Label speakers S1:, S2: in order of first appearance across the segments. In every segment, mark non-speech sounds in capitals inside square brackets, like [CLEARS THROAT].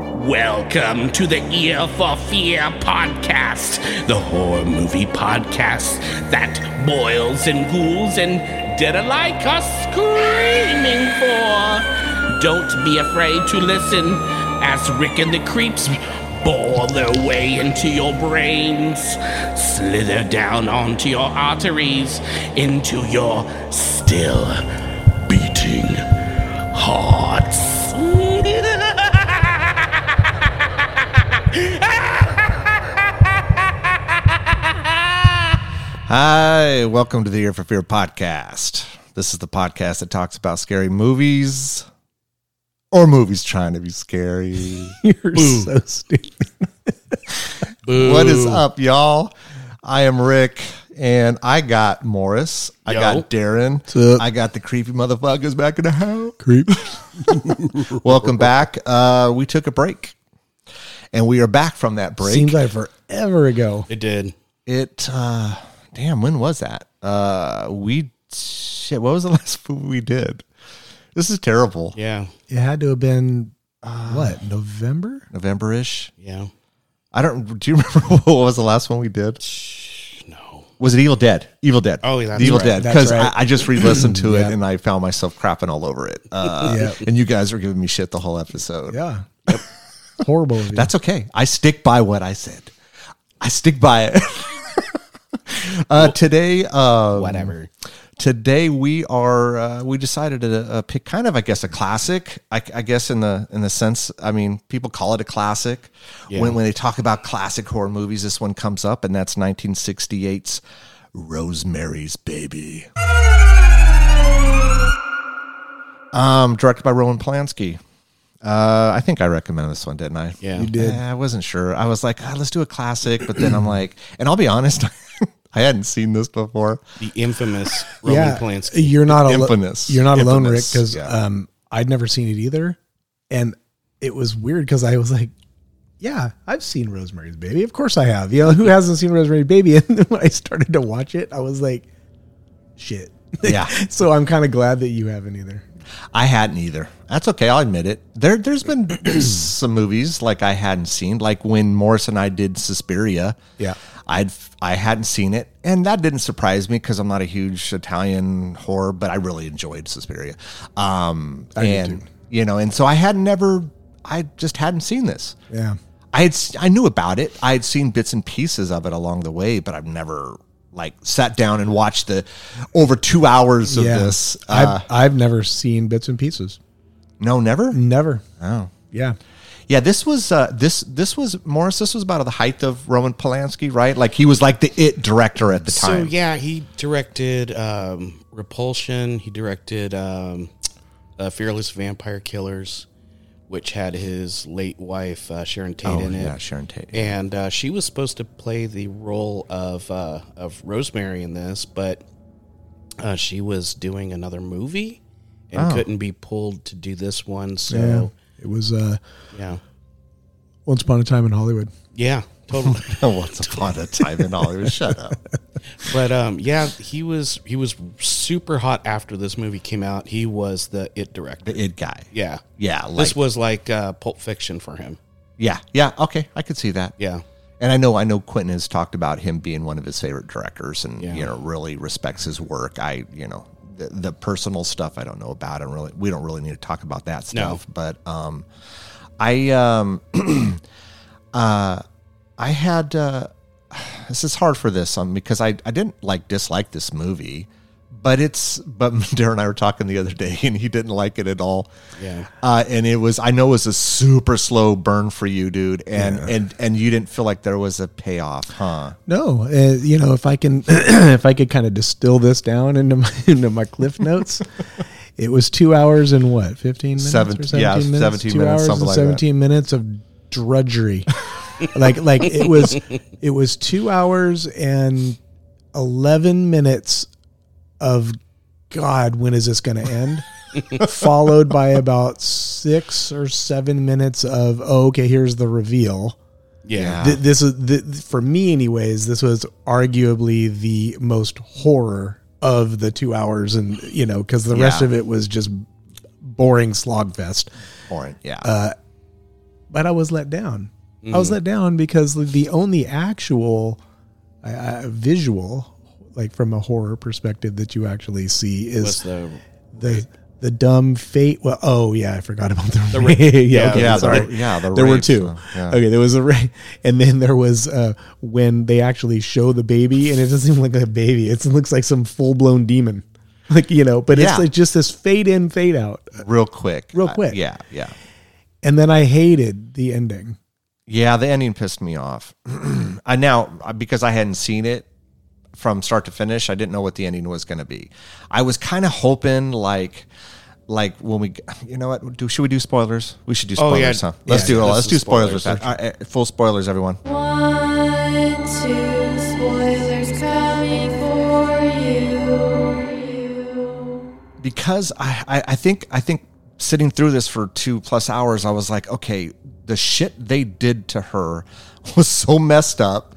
S1: Welcome to the Ear for Fear podcast, the horror movie podcast that boils and ghouls and dead alike are screaming for. Don't be afraid to listen as Rick and the Creeps bore their way into your brains, slither down onto your arteries, into your still beating [LAUGHS] hearts.
S2: Hi, welcome to the Year for Fear podcast. This is the podcast that talks about scary movies or movies trying to be scary. [LAUGHS] You're so stupid. [LAUGHS] What is up, y'all? I am Rick and I got Morris. I got Darren. I got the creepy motherfuckers back in the house. Creep. [LAUGHS] welcome back. Uh, we took a break and we are back from that break.
S3: Seems like forever ago.
S4: It did.
S2: it uh damn when was that uh we shit what was the [LAUGHS] last movie we did this is terrible
S4: Yeah.
S3: It had to have been uh, what November?
S2: november-ish
S4: Yeah.
S2: i don't do you [LAUGHS] remember what was the last one we did
S4: No.
S2: was it evil dead evil dead
S4: Oh, that's
S2: The evil
S4: right.
S2: dead
S3: That's
S2: because
S3: right.
S2: I, I just re-listened to
S3: Yeah.
S2: it and i found myself crapping all over it
S4: [LAUGHS]
S2: uh
S3: Yeah.
S2: and you guys were giving me shit the whole episode
S3: Yeah. Horrible. of
S2: [LAUGHS]
S3: you.
S2: That's okay. I stick by what I said. I stick by it. [LAUGHS] uh, today, um,
S4: Whatever.
S2: Today we are uh, we decided to uh, pick kind of I guess a classic. I, I guess in the in the sense I mean people call it a classic when when they talk about classic horror movies. This one comes up, and that's 1968's Rosemary's Baby. Um, directed by Roman Polanski. Uh, I think I recommended this one, didn't I?
S4: Yeah.
S3: you did.
S2: Eh, I wasn't sure. I was like, ah, let's do a classic, but then I'm like, and I'll be honest, [LAUGHS] I hadn't seen this before.
S4: The infamous Roman Polanski.
S3: You're not alo-
S2: Infamous.
S3: You're not alone, Rick,
S2: Infamous,
S3: because
S2: yeah.
S3: um, I'd never seen it either, and it was weird because I was like, "Yeah, I've seen Rosemary's Baby. Of course I have. You know who hasn't seen Rosemary's Baby?" [LAUGHS] And then when I started to watch it, I was like, "Shit." [LAUGHS]
S2: Yeah.
S3: so I'm kind of glad that you haven't either.
S2: I hadn't either. That's okay. I'll admit it. There, there's been [CLEARS THROAT] some movies like I hadn't seen, like when Morris and I did Suspiria.
S3: Yeah.
S2: I'd I hadn't seen it, and that didn't surprise me because I'm not a huge Italian horror, but I really enjoyed Suspiria. Um, and you know, and so I had never, I just hadn't seen this.
S3: Yeah.
S2: I had s- I knew about it. I had seen bits and pieces of it along the way, but I've never like sat down and watched the over two hours of
S3: yeah.
S2: this. Uh,
S3: I've I've never seen bits and pieces.
S2: no, never.
S3: Never.
S2: Oh,
S3: Yeah.
S2: yeah. This was uh, this this was Morris. This was about the height of Roman Polanski, right? Like he was like the it director at the
S4: So
S2: time.
S4: yeah, he directed um, Repulsion. He directed um, uh, Fearless Vampire Killers, which had his late wife uh, Sharon Tate
S2: Oh,
S4: in it.
S2: yeah, Sharon Tate.
S4: and uh, she was supposed to play the role of uh, of Rosemary in this, but uh, she was doing another movie
S2: Oh.
S4: and couldn't be pulled to do this one. So
S3: It was uh,
S4: yeah,
S3: Once Upon a Time in Hollywood.
S4: yeah, totally.
S2: [LAUGHS]
S4: [LAUGHS]
S2: Once upon a time in Hollywood. Shut up.
S4: But um, yeah, he was he was super hot after this movie came out. He was the it director.
S2: The it guy.
S4: Yeah,
S2: Yeah. Like,
S4: this was like uh, Pulp Fiction for him.
S2: yeah. Yeah. Okay. I could see that.
S4: Yeah,
S2: And I know, I know, Quentin has talked about him being one of his favorite directors, and
S4: Yeah.
S2: you know, really respects his work. I, you know, the, the personal stuff I don't know about, and really, we don't really need to talk about that
S4: No.
S2: stuff. But um, I, um, [CLEARS THROAT] uh, I had uh, this is hard for this um, because I, I didn't like dislike this movie, but it's but [LAUGHS] Darren and I were talking the other day, and he didn't like it at all.
S4: yeah.
S2: Uh, and it was I know it was a super slow burn for you, dude, and and and you didn't feel like there was a payoff, huh?
S3: No, uh, you know, if I can, [CLEARS THROAT] if I could kind of distill this down into my, [LAUGHS] into my
S2: [LAUGHS]
S3: cliff notes, it was two hours and what, fifteen minutes
S2: Seven-
S3: or seventeen
S2: yeah,
S3: minutes,
S2: 17
S3: two
S2: minutes,
S3: hours
S2: something
S3: and
S2: like that.
S3: seventeen minutes
S2: [LAUGHS]
S3: of drudgery, like like it was, it was two hours and eleven minutes of God, when is this going
S2: [LAUGHS]
S3: to end? Followed by about six or seven minutes of oh, okay, here's the reveal.
S4: yeah,
S3: Th- this is th- for me anyways this was arguably the most horror of the two hours and you know because the rest
S2: Yeah.
S3: of it was just boring slogfest
S2: Or yeah,
S3: but I was let down. I was let down because the only actual uh, visual, like from a horror perspective, that you actually see
S4: What's
S3: is
S4: the
S3: the the dumb fate. Well, oh yeah, I forgot about the, rape. [LAUGHS] yeah, okay,
S2: yeah, the-
S3: sorry.
S2: yeah, the
S3: there were
S2: rape
S3: two.
S2: stuff, yeah.
S3: Okay, there was a rape, [LAUGHS] and then there was uh, when they actually show the baby, and it doesn't even look like a baby. It's, it looks like some full blown demon, [LAUGHS] like you know. But
S2: Yeah.
S3: it's like just this fade in, fade out.
S2: real quick.
S3: Real
S2: I-
S3: quick.
S2: yeah, yeah.
S3: And then I hated the ending.
S2: Yeah, the ending pissed me off. [CLEARS THROAT] I now because I hadn't seen it from start to finish, I didn't know what the ending was going to be. I was kind of hoping like like when we you know what do should we do spoilers? We should do
S4: Oh,
S2: spoilers.
S4: yeah.
S2: huh? Let's
S4: Yeah,
S2: do
S4: this
S2: let's
S4: is
S2: do spoilers.
S4: spoilers.
S2: Uh, uh, full spoilers everyone.
S5: One, two, spoilers coming for you.
S2: because I, I, I think I think sitting through this for two plus hours, I was like, okay, the shit they did to her [LAUGHS] was so messed up.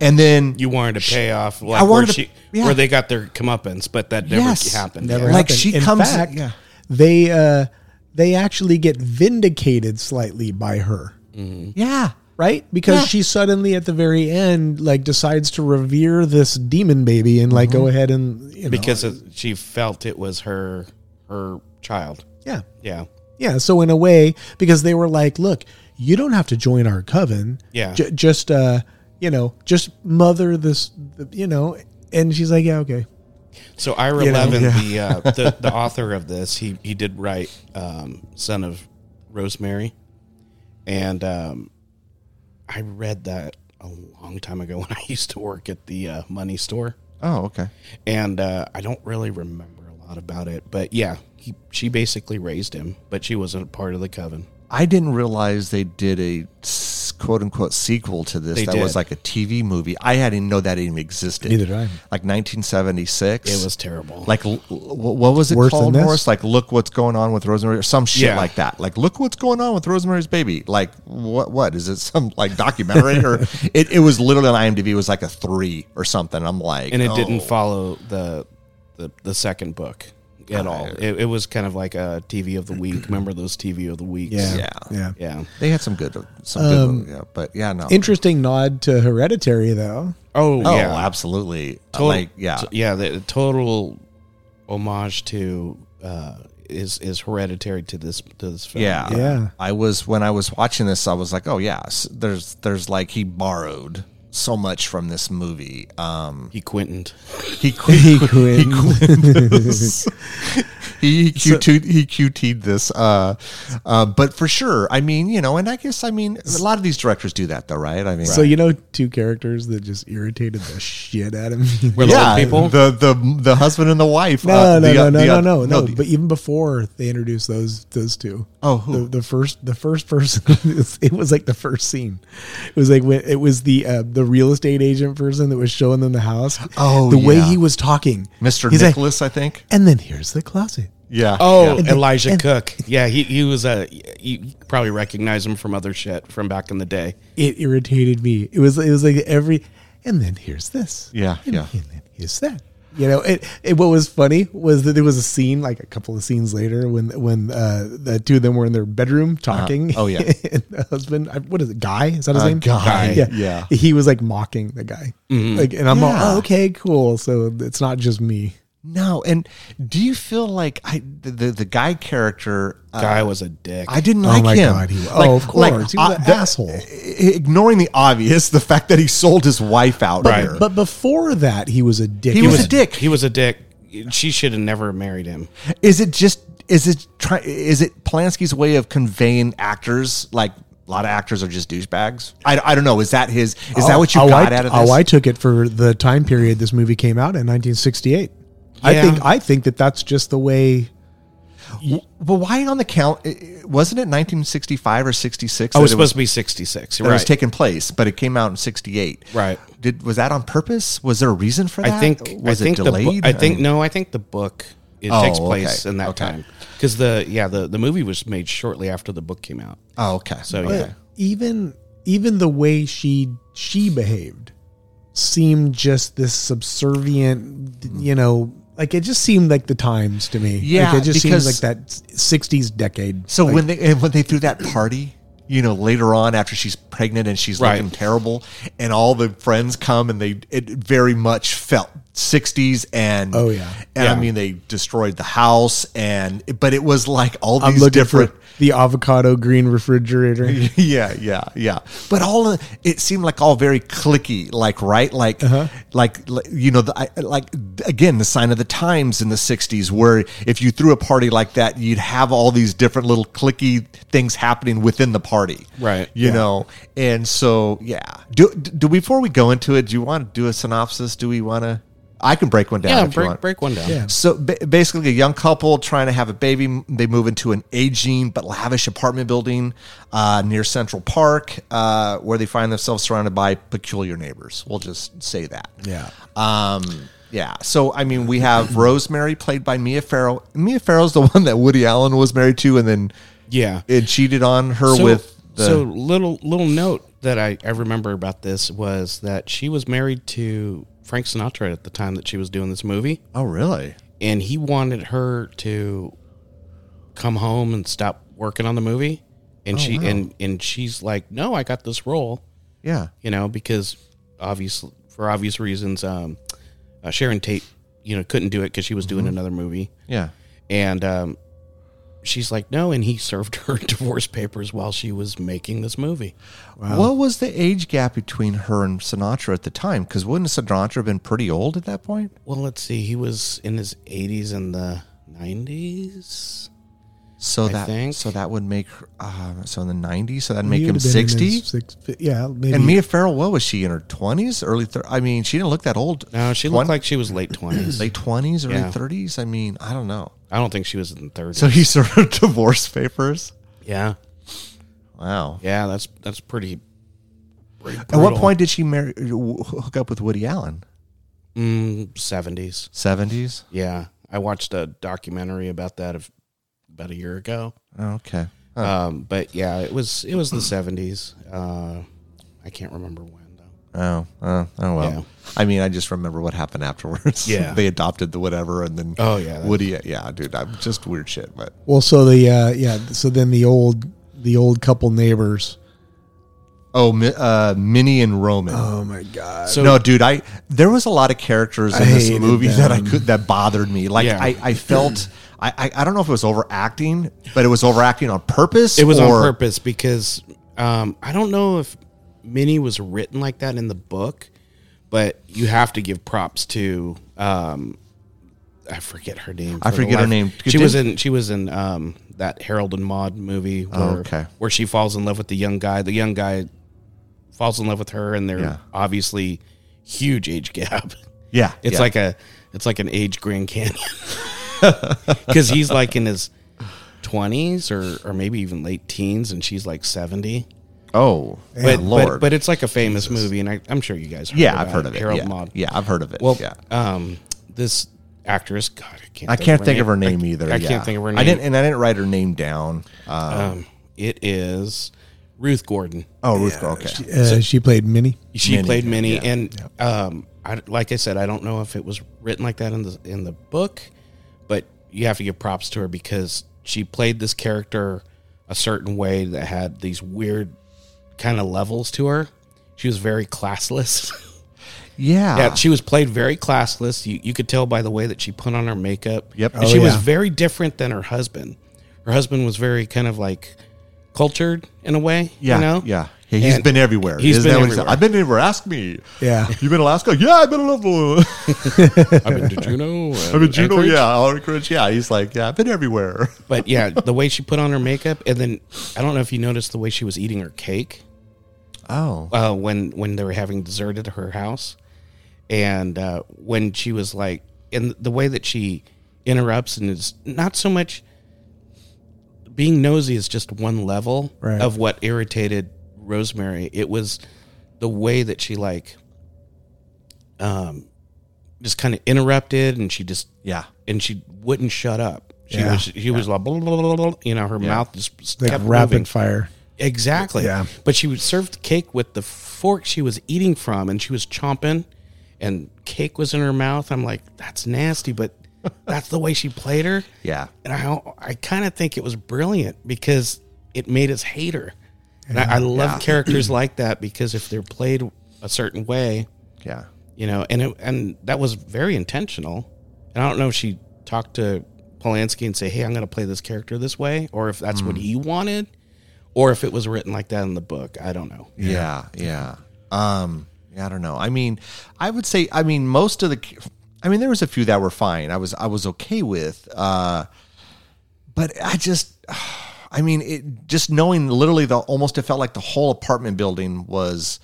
S2: And then
S4: you wanted to pay off like
S2: I
S4: where,
S2: wanted to-
S4: she,
S2: yeah.
S4: where they got their comeuppance, but that never
S2: Yes.
S4: happened.
S3: Never
S2: Like,
S3: happened.
S2: she
S3: In
S2: comes-
S3: Fact,
S2: yeah.
S3: They uh, they actually get vindicated slightly by her,
S2: yeah,
S3: right? Because
S2: Yeah.
S3: she suddenly at the very end like decides to revere this demon baby and like go ahead and you know,
S4: because it, she felt it was her her child.
S3: yeah,
S4: Yeah.
S3: yeah. So in a way, because they were like, look, you don't have to join our coven.
S4: Yeah.
S3: J- just uh, you know, just mother this, you know. And she's like, yeah, okay.
S4: So Ira
S3: know?
S4: Levin, the, uh, the the [LAUGHS] author of this, he he did write um, "Son of Rosemary," and um, I read that a long time ago when I used to work at the uh, money store,
S2: Oh, okay.
S4: and uh, I don't really remember a lot about it. But yeah, he she basically raised him, but she wasn't a part of the coven.
S2: I didn't realize they did a s- quote unquote sequel to this
S4: They
S2: that was
S4: did.
S2: like a TV movie. I hadn't know that even existed.
S3: Neither did I.
S2: Like 1976.
S4: It was terrible.
S2: like l- l- what was it
S3: Worse
S2: called
S3: than this?
S2: Morris? Like look what's going on with Rosemary or some shit
S4: Yeah.
S2: like that. Like look what's going on with Rosemary's Baby. Like what what is it some like documentary
S4: [LAUGHS]
S2: or it, it was literally on IMDb it was like a 3 or something. I'm like
S4: and it
S2: oh.
S4: didn't follow the the, the second book at all. It, it was kind of like a TV of the week. Remember those TV of the weeks?
S3: Yeah.
S2: Yeah.
S3: Yeah.
S4: Yeah. Um,
S2: They had some good some good movie, yeah, but yeah, no.
S3: Interesting nod to Hereditary though.
S4: Oh,
S2: oh,
S4: yeah.
S2: absolutely.
S4: Total-
S2: like yeah.
S4: t- yeah. The, the total homage to uh, is is hereditary to this to this film.
S2: Yeah.
S3: Yeah.
S2: I was when I was watching this, I was like, oh yeah, s- there's there's like he borrowed so much from this movie. Um
S4: He Quentin.
S2: he quit
S3: [LAUGHS]
S2: he quit, [LAUGHS] he this. he he QT he QT'd this. Uh, uh, but for sure, I mean, you know, and I guess I mean a lot of these directors do that though, right? I mean
S3: So you know, two characters that just irritated the shit out of me. [LAUGHS]
S4: Where
S2: yeah,
S4: the old people.
S2: the the the husband and the wife.
S3: No,
S2: uh,
S3: no,
S2: the,
S3: no,
S2: uh,
S3: no,
S2: the,
S3: no,
S2: uh,
S3: no, no,
S2: the-
S3: But even before they introduced those those two,
S2: Oh, who?
S3: The, the first the first person [LAUGHS] is- it was like the first scene. It was like when it was the uh, the real estate agent person that was showing them the house.
S2: Oh,
S3: the way
S2: yeah.
S3: he was talking,
S2: Mr.
S3: He's like,
S2: Nicholas, I think.
S3: and then here's the closet.
S2: Yeah.
S4: Oh,
S2: yeah.
S4: Elijah
S3: and-
S4: Cook. Yeah, he, he was a. You probably recognize him from other shit from back in the day.
S3: It irritated me. It was it was like every, and then here's this.
S2: Yeah,
S3: and,
S2: yeah.
S3: And then here's that. You know, it, it. What was funny was that there was a scene, like a couple of scenes later, when when uh, the two of them were in their bedroom talking.
S2: Oh, yeah.
S3: [LAUGHS] and the husband, I- what is it, guy? Is that his
S2: Uh,
S3: name?
S2: Guy, yeah. Mm-hmm.
S3: yeah. He was like mocking the guy, like, and I'm
S2: Yeah.
S3: all, oh, okay, cool. So it's not just me.
S2: No, and do you feel like I the the, the guy character uh,
S4: Guy was a dick.
S2: I didn't like
S3: my
S2: him.
S3: God, he- oh, of course. He was an asshole.
S2: Ignoring the obvious, the fact that he sold his wife out
S4: Right.
S2: here.
S3: But before that, he was a dick.
S2: He was a dick.
S4: He was a dick. She should have never married him.
S2: is it just is it try is it Polanski's way of conveying actors like a lot of actors are just douchebags? I, I don't know. Is that his? Is that what you
S3: oh,
S2: got
S3: I,
S2: out of this?
S3: Oh, I took it for the time period this movie came out in 1968. I
S4: Yeah.
S3: think I think that that's just the way.
S2: but why on the count? i- i- Wasn't it 1965 or 66?
S4: I was
S2: that it
S4: supposed to be 66.
S2: that it
S4: Right.
S2: was taking place, but it came out in 68.
S4: Right.
S2: Did was that on purpose? Was there a reason for that?
S4: I think
S2: was
S4: I think
S2: it
S4: the bu-
S2: delayed?
S4: I think
S2: mean-
S4: no, I think the book it
S2: Oh,
S4: takes place
S2: okay,
S4: in that
S2: okay.
S4: time because the yeah the the movie was made shortly after the book came out.
S2: Oh, okay.
S4: So
S2: okay.
S4: yeah,
S3: Even even the way she she behaved seemed just this subservient, you know, like it just seemed like the times to me.
S2: Yeah,
S3: like it just
S2: because-
S3: seems like that 60s decade.
S2: So when they and when they threw that party you know, later on after she's pregnant and she's
S4: Right.
S2: looking terrible, and all the friends come and they it very much felt sixties and
S3: Oh, yeah.
S2: and I
S4: Yeah.
S2: mean they destroyed the house and but it was like all
S3: I'm
S2: these
S3: looking
S2: different.
S3: for the avocado green refrigerator.
S2: [LAUGHS] yeah, yeah, yeah. But all of- it seemed like all very clicky, like right, like,
S4: Uh-huh.
S2: like, like, you know, the, I, like again, the sign of the times in the '60s, where if you threw a party like that, you'd have all these different little clicky things happening within the party,
S4: Right.
S2: You know, and so yeah. Do do before we go into it, do you want to do a synopsis? Do we want to? I can break one down. if
S4: Yeah,
S2: you
S4: Uh, break
S2: want.
S4: break one down.
S3: Yeah.
S2: So ba- basically, a young couple trying to have a baby. m- They move into an aging but lavish apartment building uh, near Central Park, uh, where they find themselves surrounded by peculiar neighbors. We'll just say that.
S3: Yeah.
S2: Um, yeah. So I mean, we have Rosemary played by Mia Farrow. Mia Farrow's the [LAUGHS] one that Woody Allen was married to, and then
S4: Yeah.
S2: it cheated on her with the.
S4: so little little note that I, I remember about this was that she was married to Frank Sinatra at the time that she was doing this movie,
S2: oh really?
S4: and he wanted her to come home and stop working on the movie,
S2: Oh,
S4: and she and and she's like, no, I got this role,
S2: Yeah.
S4: you know, because obviously for obvious reasons, um, uh, Sharon Tate, you know, couldn't do it because she was
S2: Mm-hmm.
S4: doing another movie,
S2: Yeah.
S4: and um, she's like, no, and he served [LAUGHS] her divorce papers while she was making this movie.
S2: What was the age gap between her and Sinatra at the time? Because wouldn't Sinatra have been pretty old at that point?
S4: Well, let's see. He was in his 80s and the 90s.
S2: So that
S4: think.
S2: so that would make her, uh, so in the nineties, so that'd make
S3: He
S2: him
S3: would've been in his
S2: sixty.
S3: six- yeah, maybe.
S2: And Mia Farrell, what was she in her twenties, early? Thir- I mean, she didn't look that old.
S4: No, she
S2: Twen-
S4: looked like she
S2: [CLEARS THROAT]
S4: was late 20s.
S2: late twenties, early
S4: Yeah.
S2: thirties. I mean, I don't know.
S4: I don't think she was in the 30s.
S2: So he served [LAUGHS] divorce papers.
S4: yeah.
S2: Wow.
S4: Yeah, that's that's pretty. pretty
S2: At what
S4: brutal.
S2: point did she marry w- hook up with Woody Allen?
S4: Mm, 70s.
S2: Seventies.
S4: Yeah. I watched a documentary about that of, about a year ago.
S2: Okay. Huh.
S4: Um, but yeah, it was it was the 70s. Uh, I can't remember when though.
S2: Oh, uh, oh well.
S4: Yeah.
S2: I mean, I just remember what happened afterwards.
S4: Yeah.
S2: [LAUGHS] they adopted the whatever, and then
S4: Oh, yeah, that-
S2: Woody. Yeah, dude, I'm just weird shit. But
S3: well, so the uh, yeah, so then the old the old couple neighbors.
S2: oh, Mi- uh, Minnie and Roman.
S3: Oh my god.
S4: So
S2: no, dude, I there was a lot of characters in this
S3: hated
S2: movie that I
S3: them.
S2: could that bothered me. Like
S4: Yeah.
S2: I, I felt [CLEARS THROAT] I, I, I don't know if it was overacting, but it was overacting on purpose.
S4: It was
S2: or-
S4: on purpose because um, I don't know if Minnie was written like that in the book, but you have to give props to um, I forget her name.
S2: I
S4: for the
S2: forget her
S4: life-
S2: name.
S4: She was in she was in um, that Harold and Maude movie where,
S2: Oh, okay.
S4: where she falls in love with the young guy. The young guy falls in love with her, and they're
S2: Yeah.
S4: obviously huge age gap. [LAUGHS]
S2: Yeah,
S4: It's
S2: yeah.
S4: like a it's like an age Grand Canyon [LAUGHS] because he's like in his twenties or or maybe even late teens, and she's like seventy.
S2: oh,
S4: But,
S2: lord,
S4: but but it's like a famous movie, and I, I'm sure you guys heard
S2: yeah,
S4: about
S2: I've heard of it.
S4: Harold
S2: yeah.
S4: Maude.
S2: yeah, I've heard of it.
S4: Well,
S2: yeah.
S4: um, this actress, God, I can't.
S2: I can't think of her name either.
S4: I
S2: yeah.
S4: can't think of her name.
S2: I didn't, and I didn't write her name down. Uh,
S4: Um, it is Ruth Gordon.
S2: oh, Ruth. Gordon, okay.
S3: Uh, she played Minnie.
S4: She
S2: Minnie,
S4: played Minnie, and um, I, like I said, I don't know if it was written like that in the in the book, but you have to give props to her because she played this character a certain way that had these weird kind of levels to her. She was very classless. [LAUGHS]
S2: yeah.
S4: yeah, she was played very classless. You, you could tell by the way that she put on her makeup.
S2: Yep.
S4: And
S2: Oh,
S4: she was
S3: yeah.
S4: very different than her husband. Her husband was very kind of like cultured in a way.
S2: yeah,
S4: You know?
S2: yeah. Yeah, He's
S4: And
S2: been everywhere.
S4: he's
S2: Isn't
S4: been
S2: that what he said?
S4: everywhere.
S2: I've been everywhere. Ask me.
S3: Yeah.
S2: You been in Alaska? Yeah, I've been in Alaska.
S4: I've been to
S2: [LAUGHS]
S4: Juneau.
S2: I mean, Juno,
S4: uh, Anchorage.
S2: yeah, Anchorage, yeah. He's like, yeah, I've been everywhere.
S4: But yeah, the way she put on her makeup, and then I don't know if you noticed the way she was eating her cake
S2: [LAUGHS] Oh,
S4: uh, when when they were having dessert at her house, and uh, when she was like, and the way that she interrupts and is not so much being nosy is just one level
S3: Right.
S4: of what irritated Rosemary. It was the way that she like, um, just kind of interrupted, and she just
S2: yeah,
S4: and she wouldn't shut up. She
S3: Yeah.
S4: was she was like [LAUGHS] blah, blah, blah, blah, blah, you know her mouth just
S3: Like
S4: kept
S3: rapid
S4: moving.
S3: fire.
S4: exactly.
S3: Yeah.
S4: But she would serve the cake with the fork she was eating from, and she was chomping, and cake was in her mouth. I'm like, that's
S3: [LAUGHS]
S4: nasty, but that's the way she played her.
S2: yeah,
S4: And I I kind of think it was brilliant because it made us hate her. And I, I love characters like that because if they're played a certain way,
S2: Yeah.
S4: you know, and it, and that was very intentional. And I don't know if she talked to Polanski and say, "Hey, I'm going to play this character this way," or if that's what he wanted, or if it was written like that in the book. I don't know.
S2: Yeah, yeah. Um, yeah, I don't know. I mean, I would say, I mean, most of the, I mean, there was a few that were fine. I was, I was okay with. Uh, but I just, [SIGHS] I mean, it just knowing literally the almost it felt like the whole apartment building was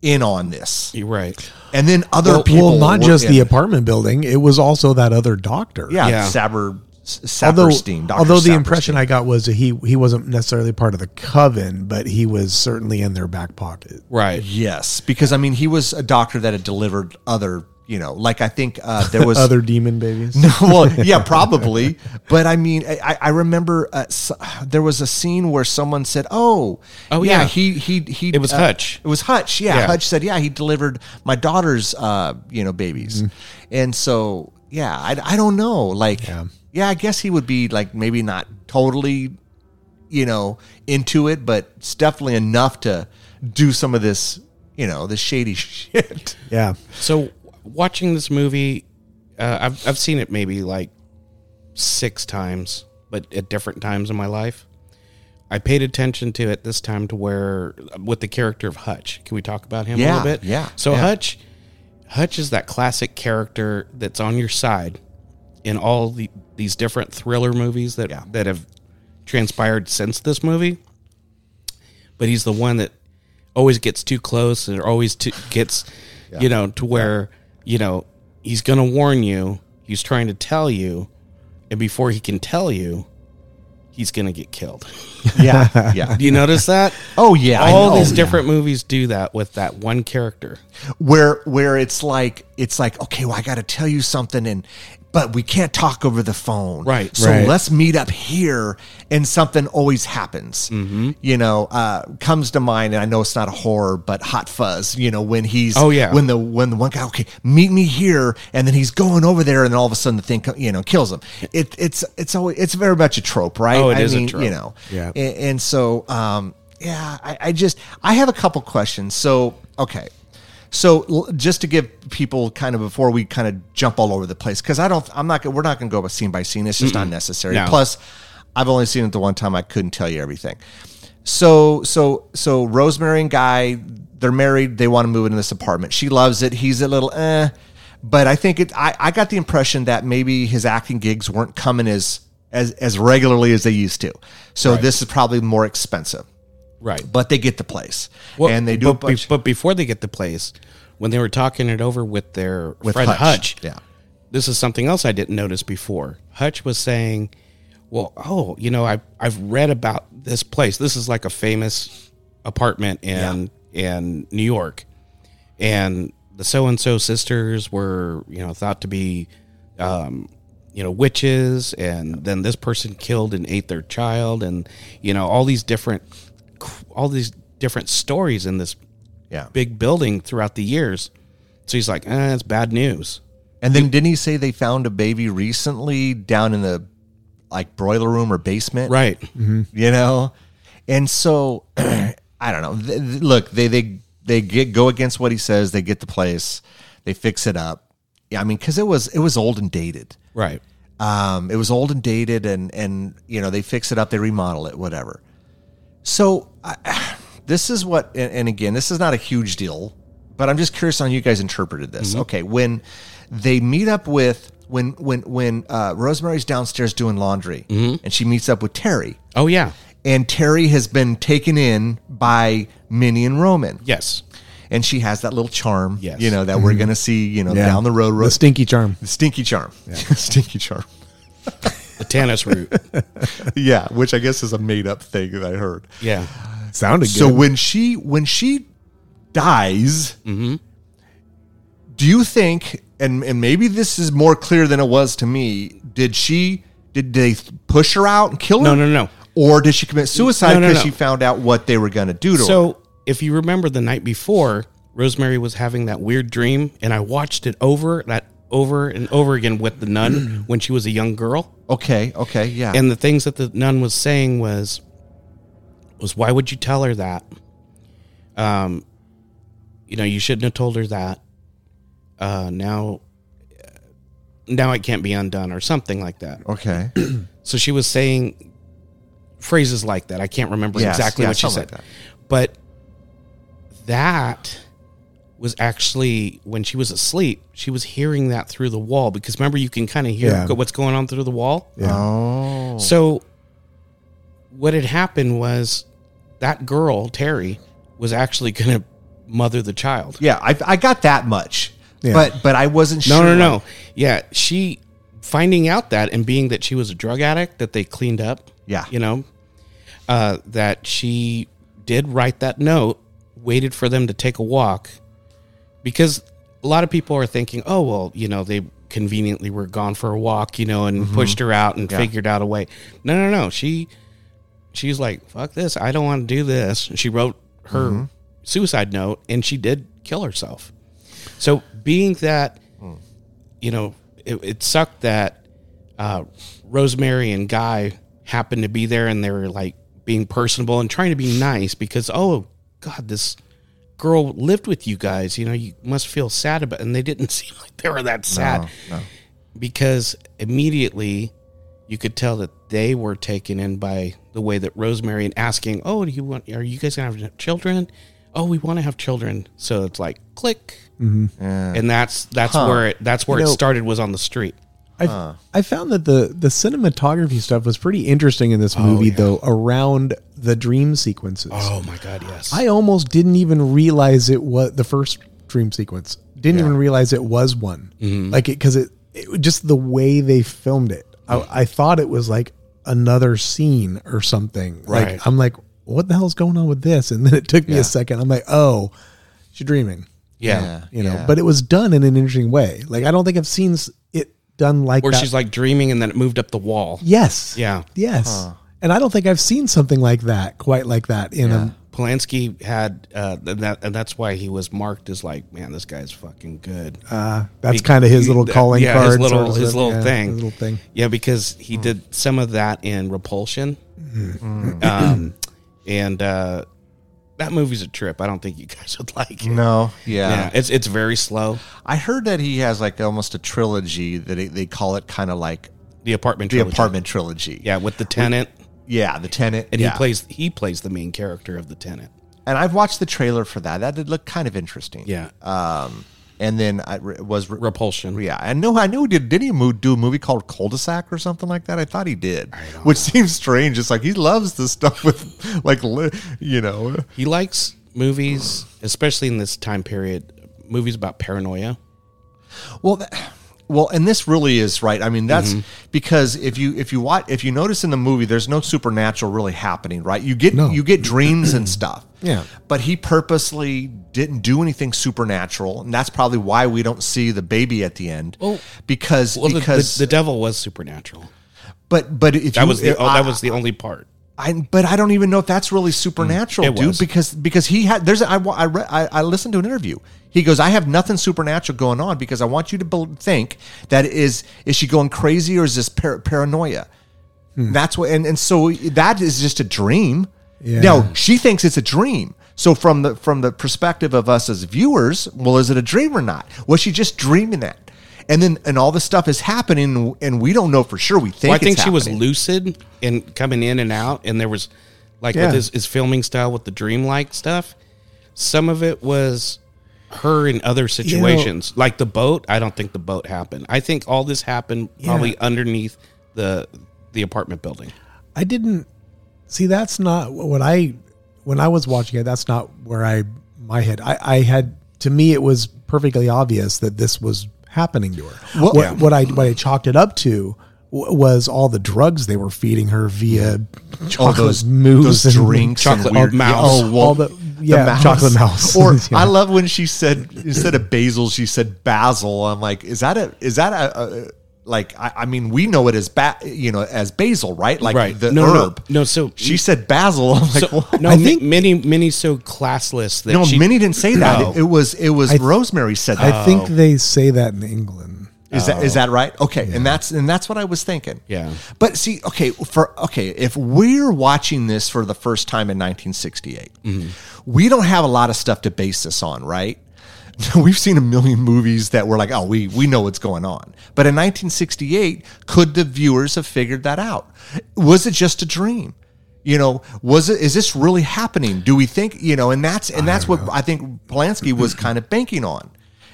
S2: in on this,
S4: You're right.
S2: and then other
S3: Well,
S2: people,
S3: well, not
S2: were
S3: just the
S2: in.
S3: apartment building. It was also that other doctor.
S2: yeah,
S4: Yeah.
S2: Saber, Saberstein,
S3: Although,
S2: Dr.
S3: although the
S2: Saperstein.
S3: impression I got was that he he wasn't necessarily part of the coven, but he was certainly in their back pocket.
S4: Right.
S2: yes, because I mean, he was a doctor that had delivered other, you know, like I think uh, there was
S3: [LAUGHS] Other demon babies.
S2: well, [LAUGHS] yeah, probably. But I mean, I- I, I remember uh, s there was a scene where someone said, "Oh,
S4: Oh, yeah.
S2: he he he."
S4: It was
S2: uh,
S4: Hutch.
S2: It was Hutch. Yeah,
S4: Yeah.
S2: Hutch said, "Yeah, he delivered my daughter's, uh, you know, babies." And so, yeah, I, I don't know. Like, yeah. I guess he would be like maybe not totally, you know, into it, but it's definitely enough to do some of this, you know, this shady [LAUGHS] shit.
S3: Yeah.
S4: So watching this movie, uh, I've I've seen it maybe like six times, but at different times in my life. I paid attention to it this time to where uh, with the character of Hutch. Can we talk about him a
S2: Yeah,
S4: little bit?
S2: yeah,
S4: So
S2: yeah.
S4: Hutch, Hutch is that classic character that's on your side in all the, these different thriller movies that
S2: Yeah.
S4: that have transpired since this movie. But he's the one that always gets too close and always too, gets, you know, to where you know he's going to warn you. He's trying to tell you, and before he can tell you, he's going to get killed.
S2: [LAUGHS]
S4: [LAUGHS]
S2: Yeah, yeah.
S4: Do you notice that?
S2: Oh yeah, I
S4: all
S2: know.
S4: these different movies do that with that one character.
S2: where where it's like it's like okay well i gotta tell you something and but we can't talk over the phone
S4: Right.
S2: so
S3: Right.
S2: let's meet up here and something always happens
S4: Mm-hmm.
S2: you know uh comes to mind and i know it's not a horror but hot fuzz you know when he's
S4: Oh, yeah.
S2: when the when the one guy okay meet me here and then he's going over there and then all of a sudden the thing co- you know kills him it it's it's always it's very much a trope right
S4: Oh, it
S2: it is
S4: is a trope.
S2: you know
S3: Yeah.
S2: A- and, so um yeah I, I just i have a couple questions so okay so l- just to give people kind of before we kind of jump all over the place because i don't i'm not gonna we're not gonna go by scene by scene it's just not necessary
S4: No.
S2: plus i've only seen it the one time i couldn't tell you everything so so so rosemary and guy they're married they want to move into this apartment she loves it he's a little eh but i think it i, I got the impression that maybe his acting gigs weren't coming as as as regularly as they used to so this is probably more expensive
S4: Right.
S2: but they get the place
S4: Well,
S2: and they do a
S4: But, be-
S2: bunch
S4: but before they get the place, when they were talking it over with their
S2: with
S4: friend Hutch,
S2: yeah
S4: this is something else I didn't notice before. Hutch was saying, "Well, oh, you know, I I've read about this place. This is like a famous apartment in in New York, and the so and so sisters were, you know, thought to be, um, you know, witches, and then this person killed and ate their child, and you know, all these different, all these different stories in this
S2: yeah
S4: big building throughout the years." So he's like, eh, "It's bad news."
S2: And then didn't he say they found a baby recently down in the like broiler room or basement?
S4: Right.
S2: You know? And so [CLEARS THROAT] I don't know. Th- th- Look, they they they get go against what he says, they get the place, they fix it up. Yeah, I mean cuz it was it was old and dated.
S4: Right.
S2: Um it was old and dated and and you know, they fix it up, they remodel it, whatever. So I, [SIGHS] this is what, and, and again, this is not a huge deal, but I'm just curious on how you guys interpreted this.
S3: Mm-hmm.
S2: Okay, when they meet up with when when when uh, Rosemary's downstairs doing laundry,
S3: Mm-hmm.
S2: and she meets up with Terry,
S4: Oh yeah.
S2: and Terry has been taken in by Minnie and Roman.
S4: Yes.
S2: and she has that little charm,
S4: Yes.
S2: you know, that we're gonna see, you know,
S3: Mm-hmm. Yeah.
S2: down the road,
S3: The
S2: Ro-
S3: stinky charm.
S2: the stinky charm, [LAUGHS] stinky charm.
S4: The Tannis root.
S2: Yeah, which I guess is a made up thing that I heard.
S4: yeah.
S3: Sounded
S2: So
S3: good.
S2: when she when she dies,
S4: Mm-hmm.
S2: do you think and and maybe this is more clear than it was to me? Did she did they push her out and kill her?
S4: No, no, no.
S2: Or did she commit suicide
S4: No, no,
S2: because
S4: no.
S2: she found out what they were going to do to her?
S4: So if you remember the night before, Rosemary was having that weird dream, and I watched it over that over and over again with the nun when she was a young girl.
S2: Okay, okay, yeah,
S4: And the things that the nun was saying was, was why would you tell her that? Um, you know, you shouldn't have told her that. Uh, now, now it can't be undone or something like that. [CLEARS THROAT]
S2: Okay.
S4: So she was saying phrases like that. I can't remember
S2: Yes,
S4: exactly
S2: yeah,
S4: what she
S2: something
S4: said.
S2: like that.
S4: But that was actually when she was asleep, she was hearing that through the wall because remember you can kind of hear
S3: Yeah.
S4: what's going on through the wall.
S3: Yeah.
S2: Oh.
S4: So what had happened was that girl, Terry, was actually going to mother the child.
S2: Yeah, I, I got that much,
S3: Yeah.
S2: but but I wasn't
S4: No,
S2: sure.
S4: no,
S2: like-
S4: no. Yeah, she finding out that and being that she was a drug addict that they cleaned up.
S2: Yeah.
S4: you know, uh, that she did write that note, waited for them to take a walk, because a lot of people are thinking, oh well, you know, they conveniently were gone for a walk, you know,
S2: Mm-hmm.
S4: and pushed her out and figured out a way. No, no, no. She she's like, fuck this. I don't want to do this. And she wrote her
S2: Mm-hmm.
S4: suicide note and she did kill herself. So, being that, you know, it, it sucked that uh, Rosemary and Guy happened to be there and they were like being personable and trying to be nice because, oh, God, this girl lived with you guys. You know, you must feel sad about And they didn't [LAUGHS] seem like they were that sad
S2: no.
S4: because immediately you could tell that they were taken in by the way that Rosemary and asking, "Oh, do you want? Are you guys gonna have children? Oh, we want to have children." So it's like click, and that's that's where it that's where
S3: You
S4: it
S3: know-
S4: started was on the street.
S3: I I found that the the cinematography stuff was pretty interesting in this movie though around the dream sequences.
S4: Oh my god, yes.
S3: I almost didn't even realize it was the first dream sequence. Didn't even realize it was one.
S4: Mm-hmm.
S3: Like it because it, it just the way they filmed it. I, I thought it was like another scene or something.
S4: Right.
S3: Like I'm like, what the hell's going on with this? And then it took me a second. I'm like, oh, she's dreaming.
S4: yeah.
S3: You know,
S2: yeah.
S3: but it was done in an interesting way. Like I don't think I've seen s- it done like
S4: where
S3: that.
S4: she's like dreaming and then it moved up the wall.
S3: yes,
S4: Yeah.
S3: yes. And I don't think I've seen something like that, quite like that in a
S4: Polanski had uh, th- that, and that's why he was marked as like, man, this guy's fucking good.
S3: That's kind of his little
S4: Yeah,
S3: calling
S4: yeah,
S3: card.
S4: His little,
S3: sort of
S4: his
S3: stuff.
S4: little
S3: Yeah,
S4: thing.
S3: His little thing. Hmm.
S4: Yeah, because he did some of that in Repulsion.
S3: Mm-hmm.
S4: Um, and uh, that movie's a trip. I don't think you guys would like it.
S2: No, yeah.
S4: Yeah, it's it's very slow.
S2: I heard that he has like almost a trilogy that it, they call it kind of like
S4: The apartment.
S2: the
S4: Trilogy.
S2: apartment trilogy.
S4: Yeah, with the tenant,
S2: yeah. The tenant,
S4: and
S2: yeah.
S4: he plays he plays the main character of the tenant.
S2: And I've watched the trailer for that. That did look kind of interesting.
S4: Yeah,
S2: Um, and then I re- was re-
S4: Repulsion.
S2: Yeah, I know. I knew he did. Did he mo- do a movie called Cul-de-sac or something like that? I thought he did, which seems strange. It's like he loves this stuff with, like, li- you know,
S4: He likes movies, especially in this time period, movies about paranoia.
S2: Well, that, [SIGHS] well, and this really is right. I mean, that's
S4: Mm-hmm.
S2: because if you if you watch if you notice in the movie, there's no supernatural really happening, right? You get
S3: No.
S2: you get dreams
S4: [CLEARS THROAT]
S2: and stuff.
S3: Yeah.
S2: But he purposely didn't do anything supernatural, and that's probably why we don't see the baby at the end.
S4: Well-
S2: because
S4: Well, the-
S2: because
S4: the, the devil was supernatural.
S2: but but if
S4: That
S2: you,
S4: was the oh,
S2: I-
S4: that was the only part.
S2: I, but I don't even know if that's really supernatural,
S4: Mm, It
S2: dude.
S4: was.
S2: Because because he had there's a- I wa- I, re, I I listened to an interview. He goes, I have nothing supernatural going on because I want you to bel think that is is she going crazy or is this par- paranoia?
S4: Hmm.
S2: That's what and and so that is just a dream.
S3: Yeah.
S2: Now she thinks it's a dream. So from the from the perspective of us as viewers, well, is it a dream or not? Was she just dreaming that? And then and all this stuff is happening, and we don't know for sure. We think
S4: Well, I think
S2: it's
S4: she was
S2: happening.
S4: lucid and coming in and out, and there was like
S3: Yeah.
S4: with his, his filming style with the dreamlike stuff. Some of it was her in other situations, like the boat. I don't think the boat happened. I think all this happened probably underneath the the apartment building.
S3: I didn't see. That's not what I when I was watching it. That's not where I my head. I, I had to me it was perfectly obvious that this was happening to her.
S2: Well-
S3: what,
S2: Yeah.
S3: what I what I chalked it up to w- was all the drugs they were feeding her via chocolate mousse
S2: those
S3: and
S2: drinks, and
S4: chocolate
S2: weird-
S4: mouse.
S2: Oh, well,
S3: All the- yeah, chocolate mouse.
S4: [LAUGHS]
S2: Or
S3: Yeah.
S2: I love when she said instead of basil, she said basil. I'm like, is that a is that a, a like? I, I mean, we know it as ba- you know as basil, right? Like
S4: Right.
S2: the
S4: No, no,
S2: herb.
S4: no, so-
S2: she said basil. [LAUGHS] I'm like,
S4: So,
S2: what?
S4: [LAUGHS] no,
S3: I
S4: I
S3: think-
S4: think many many so classless that
S2: no,
S4: she,
S2: Minnie didn't say that.
S4: No.
S2: It was it was Rosemary said that.
S3: I think they say that in England.
S2: Is that is that right? Okay, and that's and that's what I was thinking.
S4: Yeah.
S2: But see, okay, for okay, if we're watching this for the first time in 1968, we don't have a lot of stuff to base this on, right? [LAUGHS] We've seen a million movies that were like, oh, we we know what's going on. But in 1968, could the viewers have figured that out? Was it just a dream? You know, was it is this really happening? Do we think, you know, and that's and that's what I think Polanski was kind of banking on.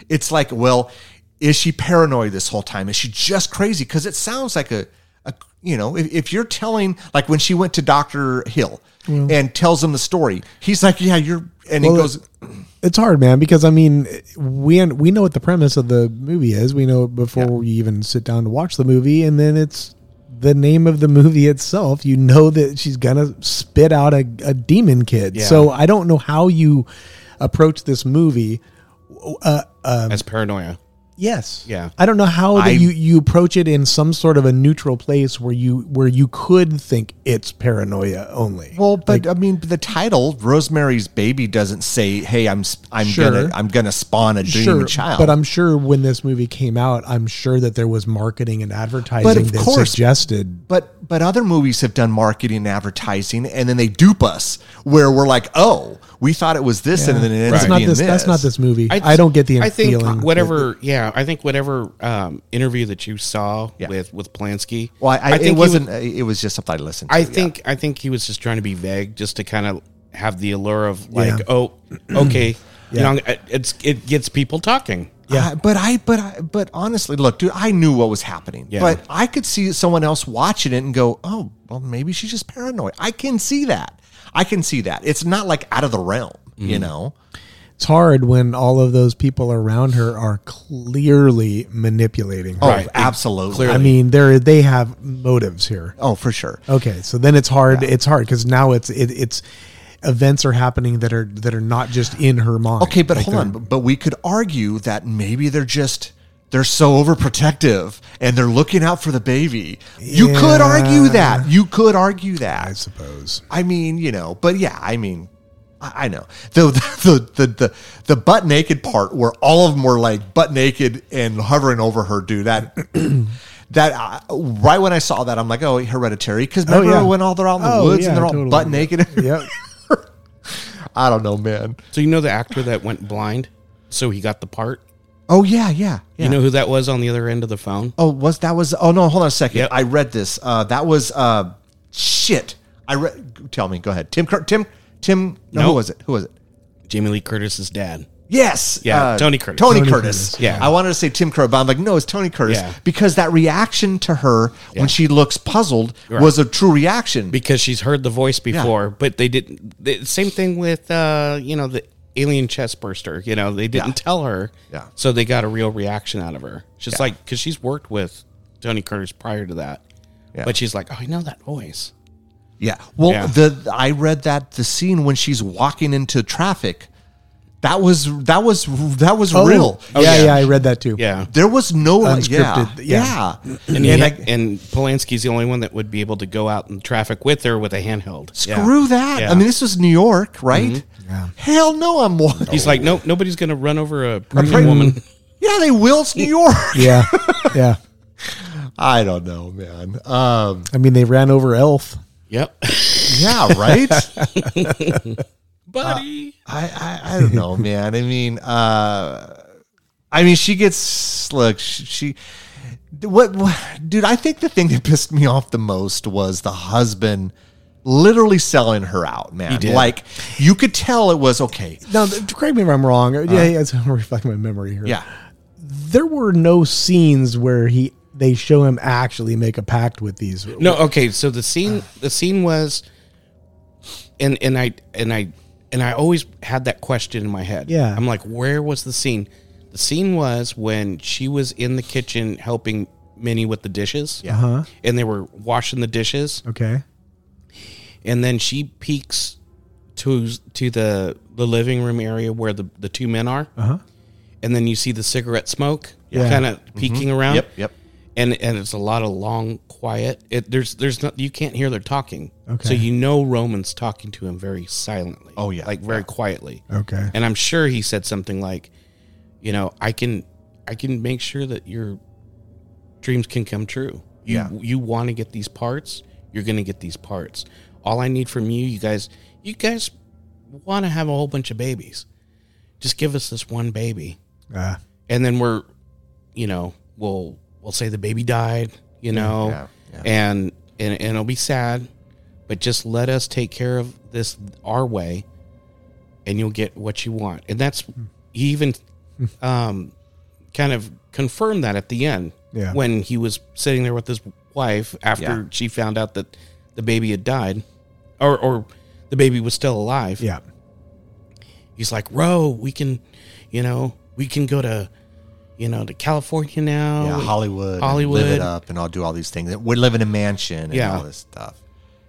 S2: It's like, well, is she paranoid this whole time? Is she just crazy? Because it sounds like a, a you know, if, if you're telling like when she went to Doctor Hill and tells him the story, he's like, yeah, you're, and he
S3: Well,
S2: goes,
S3: it's hard, man, because I mean, we we know what the premise of the movie is. We know it before you even sit down to watch the movie, and then it's the name of the movie itself. You know that she's gonna spit out a, a demon kid. So I don't know how you approach this movie.
S4: That's paranoia.
S3: Yes.
S4: Yeah.
S3: I don't know how that
S2: I-
S3: you you approach it in some sort of a neutral place where you where you could think it's paranoia only.
S2: well, but I mean, the title Rosemary's Baby doesn't say, hey, I'm s- I'm
S3: Sure.
S2: gonna I'm gonna spawn a dream
S3: sure,
S2: child.
S3: but I'm sure when this movie came out, I'm sure that there was marketing and advertising
S2: of
S3: that
S2: course-
S3: suggested
S2: but but other movies have done marketing and advertising, and then they dupe us where we're like, oh, we thought it was this, and then it ends
S3: that's
S2: up
S3: not
S2: being
S3: this,
S2: this.
S3: That's not this movie. I, don't get the
S4: I think
S3: feeling.
S4: whatever. yeah, I think whatever um, interview that you saw
S2: Yeah.
S4: with with Polanski.
S2: Well, I, I,
S4: think he
S2: it
S4: was-
S2: wasn't. it was just something I listened. to.
S4: I
S2: yeah.
S4: think I think he was just trying to be vague, just to kind of have the allure of like,
S3: [CLEARS THROAT]
S4: oh, okay, you know, it- it's it gets people talking.
S2: Yeah, but I, but I, but honestly, look, dude, I knew what was happening,
S4: Yeah.
S2: but I could see someone else watching it and go, "Oh, well, maybe she's just paranoid." I can see that. I can see that. It's not like out of the realm, you know.
S3: it's hard when all of those people around her are clearly manipulating her.
S2: Oh,
S4: Right.
S2: absolutely.
S3: I mean, they're they have motives here.
S2: oh, for sure.
S3: Okay, so then it's hard. It's hard because now it's it, it's events are happening that are that are not just in her mind.
S2: Okay, but
S3: Like
S2: hold on.
S3: they're-
S2: But we could argue that maybe they're just they're so overprotective and they're looking out for the baby. You could argue that. You could argue that.
S3: I suppose. [LAUGHS]
S2: I mean, you know, but yeah, I mean, I, I know the the, the the the butt naked part where all of them were like butt naked and hovering over her. Dude, that [CLEARS THROAT] that uh, right when I saw that, I'm like, oh, hereditary. Because remember
S3: yeah.
S2: when all they're out in the
S3: Oh,
S2: woods
S3: yeah,
S2: and they're all
S3: totally.
S2: butt naked. [LAUGHS]
S3: Yep.
S2: I don't know, man.
S4: So you know the actor that went blind, so he got the part.
S2: Oh yeah, yeah, yeah.
S4: You know who that was on the other end of the phone?
S2: Oh, was that was? Oh no, hold on a second.
S4: Yep.
S2: I read this. Uh, that was uh, shit. I read. Tell me. Go ahead. Tim. Cur- Tim. Tim. No,
S4: Nope.
S2: who was it? Who was it?
S4: Jamie Lee Curtis's dad.
S2: Yes. uh,
S4: Yeah, Tony Curtis.
S2: Tony,
S3: Tony
S2: Curtis.
S3: Curtis,
S4: yeah.
S2: I wanted to say Tim Curry, but I'm like, no, it's Tony Curtis
S4: Yeah.
S2: because that reaction to her when she looks puzzled
S4: Right.
S2: was a true reaction.
S4: because she's heard the voice before, but they didn't. The, same thing with uh, you know the alien chest burster. You know they didn't
S2: Yeah.
S4: tell her,
S2: Yeah.
S4: So they got a real reaction out of her. She's like, because she's worked with Tony Curtis prior to that,
S2: Yeah.
S4: but she's like, oh, I know that voice.
S2: yeah. Well,
S4: Yeah.
S2: the I read that the scene when she's walking into traffic, that was that was that was real.
S3: Oh, yeah, yeah, I read that too.
S4: Yeah,
S2: There was no yeah,
S3: Unscripted, yeah.
S2: yeah.
S4: and he-
S2: And I-
S4: and Polanski's the only one that would be able to go out in traffic with her with a handheld. Yeah.
S2: Screw that.
S4: Yeah. Mm-hmm.
S2: I mean, this was New York, right? Hell no, I'm one.
S4: He's like, nope, nobody's gonna run over a pregnant
S2: pregnant-
S4: woman.
S2: yeah, they will. It's New York. [LAUGHS]
S3: yeah, yeah.
S2: I don't know, man. Um,
S3: I mean, they ran over Elf.
S4: Yep,
S2: yeah, right. [LAUGHS]
S4: buddy.
S2: I, I I don't
S4: [LAUGHS]
S2: know, man. I mean, uh, I mean, she gets look. She, she what, what, dude? I think the thing that pissed me off the most was the husband literally selling her out, man.
S4: did.
S2: Like you could tell it was okay. [LAUGHS]
S3: Now, th- correct me if I'm wrong. yeah, yeah, [LAUGHS] it's- I'm reflecting my memory here.
S2: Uh-huh. Yeah,
S3: there were no scenes where he they show him actually make a pact with these.
S4: No, okay. So the scene, the scene was, and and I and I and I always had that question in my head.
S3: Yeah.
S4: I'm like, where was the scene? The scene was when she was in the kitchen helping Minnie with the dishes. Yeah,
S3: Uh-huh.
S4: and they were washing the dishes,
S3: Okay.
S4: and then she peeks to to the the living room area where the the two men are. Uh huh. And then you see the cigarette smoke
S3: Yeah.
S4: kind of peeking around.
S2: Yep, yep.
S4: And and it's a lot of long quiet. It, there's there's not you can't hear they're talking.
S3: Okay.
S4: So you know Roman's talking to him very silently.
S2: Oh, yeah,
S4: Like very quietly.
S3: Okay.
S4: And I'm sure he said something like, you know, I can I can make sure that your dreams can come true. You,
S2: Yeah.
S4: you want to get these parts, you're going to get these parts. All I need from you, you guys, you guys want to have a whole bunch of babies. Just give us this one baby.
S3: Ah.
S4: And then we're, you know, we'll we'll say the baby died, you know,
S2: Mm, yeah, yeah.
S4: and and and it'll be sad, but just let us take care of this our way and you'll get what you want. And that's
S2: Hmm.
S4: he even um kind of confirmed that at the end
S3: Yeah.
S4: when he was sitting there with his wife after
S2: Yeah.
S4: she found out that the baby had died or or the baby was still alive.
S3: yeah.
S4: He's like, "Ro, we can, you know, we can go to you know, to California now."
S2: Yeah,
S4: We-
S2: Hollywood. and
S4: Oh, Hollywood.
S2: Live it up and I'll do all these things. We're living in a mansion and
S4: Yeah.
S2: all this stuff.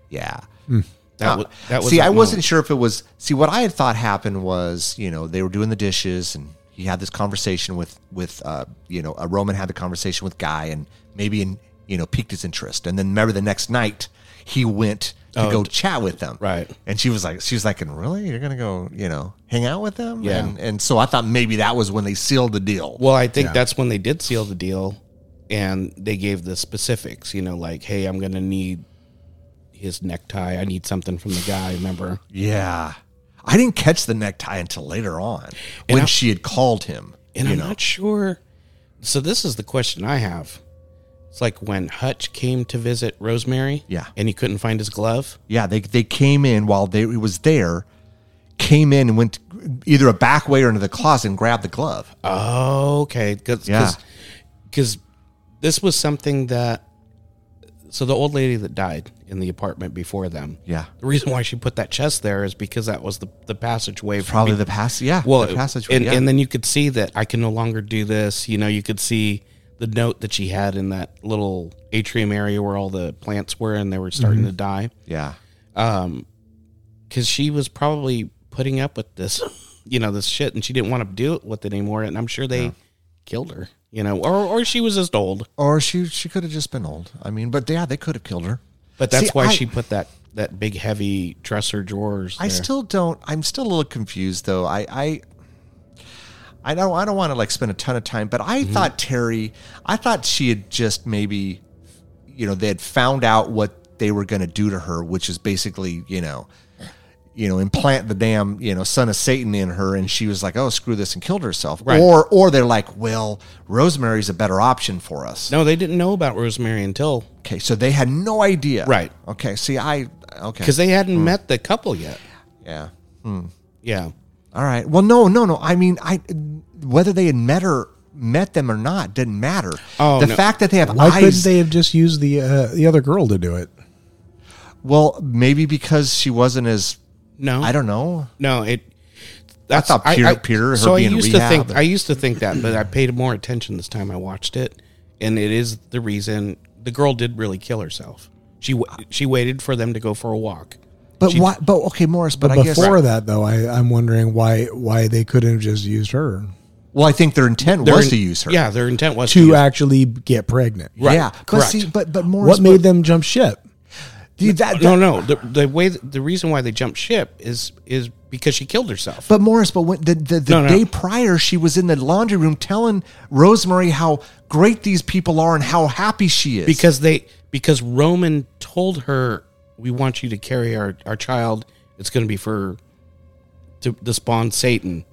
S2: Yeah.
S4: That
S2: Uh,
S4: was that was
S2: see,
S4: that
S2: I wasn't
S4: moment.
S2: sure if it was. See, what I had thought happened was, you know, they were doing the dishes, and he had this conversation with with, uh, you know, a Roman had the conversation with Guy, and maybe in you know piqued his interest, and then remember the next night he went to go chat with them,
S4: Oh, right.
S2: And she was like, she was like, and really, you're gonna go, you know, hang out with them,
S4: Yeah.
S2: And, and so I thought maybe that was when they sealed the deal.
S4: Well, I think that's when they did seal the deal and they gave the specifics, you know, like, "Hey, I'm going to need his necktie. I need something from the guy, remember?"
S2: yeah, I didn't catch the necktie until later on when
S4: I-
S2: she had called him.
S4: And
S2: you
S4: I'm
S2: know.
S4: not sure. So this is the question I have. It's like when Hutch came to visit Rosemary.
S2: Yeah.
S4: And he couldn't find his glove.
S2: Yeah, they they came in while they it was there, came in and went either a back way or into the closet and grabbed the glove.
S4: Oh, okay. Because
S2: Yeah.
S4: this was something that. So the old lady that died in the apartment before them.
S2: Yeah.
S4: The reason why she put that chest there is because that was the, the passageway. for
S2: Probably
S4: me-
S2: the pass. Yeah,
S4: well,
S2: the passageway.
S4: and,
S2: yeah.
S4: and then you could see that I can no longer do this. You know, you could see the note that she had in that little atrium area where all the plants were and they were starting
S2: Mm-hmm.
S4: to die.
S2: yeah,
S4: Um, because she was probably putting up with this, [LAUGHS] you know, this shit, and she didn't want to do it with it anymore. And I'm sure they killed her, you know, or or she was just old.
S2: or she she could have just been old. I mean, but yeah, they could have killed her.
S4: But that's
S2: See,
S4: why
S2: I-
S4: she put that that big heavy dresser drawers.
S2: I
S4: there.
S2: still don't. I'm still a little confused though. I I I don't. I don't want to like spend a ton of time. But
S4: Mm-hmm.
S2: I thought Terry. I thought she had just maybe, you know, they had found out what they were going to do to her, which is basically, you know, you know, implant the damn, you know, son of Satan in her, and she was like, oh, screw this, and killed herself.
S4: Right.
S2: Or or they're like, well, Rosemary's a better option for us.
S4: no, they didn't know about Rosemary until
S2: Okay, so they had no idea.
S4: Right.
S2: Okay. See, I. Okay.
S4: because they hadn't
S2: Hmm.
S4: met the couple yet.
S2: yeah.
S4: Yeah.
S2: All right. Well, no, no, no. I mean, I whether they had met her met them or not didn't matter.
S4: Oh,
S2: the
S4: no.
S2: fact that they have
S3: Why couldn't
S2: eyes.
S3: they have just used the uh, the other girl to do it?
S2: well, maybe because she wasn't as
S4: No,
S2: I don't know.
S4: No, it. That's,
S2: thought Peter- Peter, her
S4: so
S2: being
S4: I used
S2: rehabbed.
S4: to think I used to think that, but I paid more attention this time. I watched it, and it is the reason the girl did really kill herself. She wa- she waited for them to go for a walk.
S2: But
S4: She-
S2: why? But okay, Morris. But, I guess.
S3: Before that, though, I, I'm wondering why why they couldn't have just used her
S2: well, I think their intent
S4: Their
S2: was
S4: in-
S2: to use her.
S4: Yeah, their intent was to,
S3: to
S4: use-
S3: actually get pregnant.
S2: Yeah. But
S4: correct.
S2: see, but but Morris.
S3: What made them jump ship?
S2: dude, that,
S4: no, no. The, the way the reason why they jumped ship is is because she killed herself.
S2: But Morris, but when the, the, the
S4: No, no.
S2: day prior, she was in the laundry room telling Rosemary how great these people are and how happy she is.
S4: because they because Roman told her we want you to carry our our child. It's going to be for to, to spawn Satan.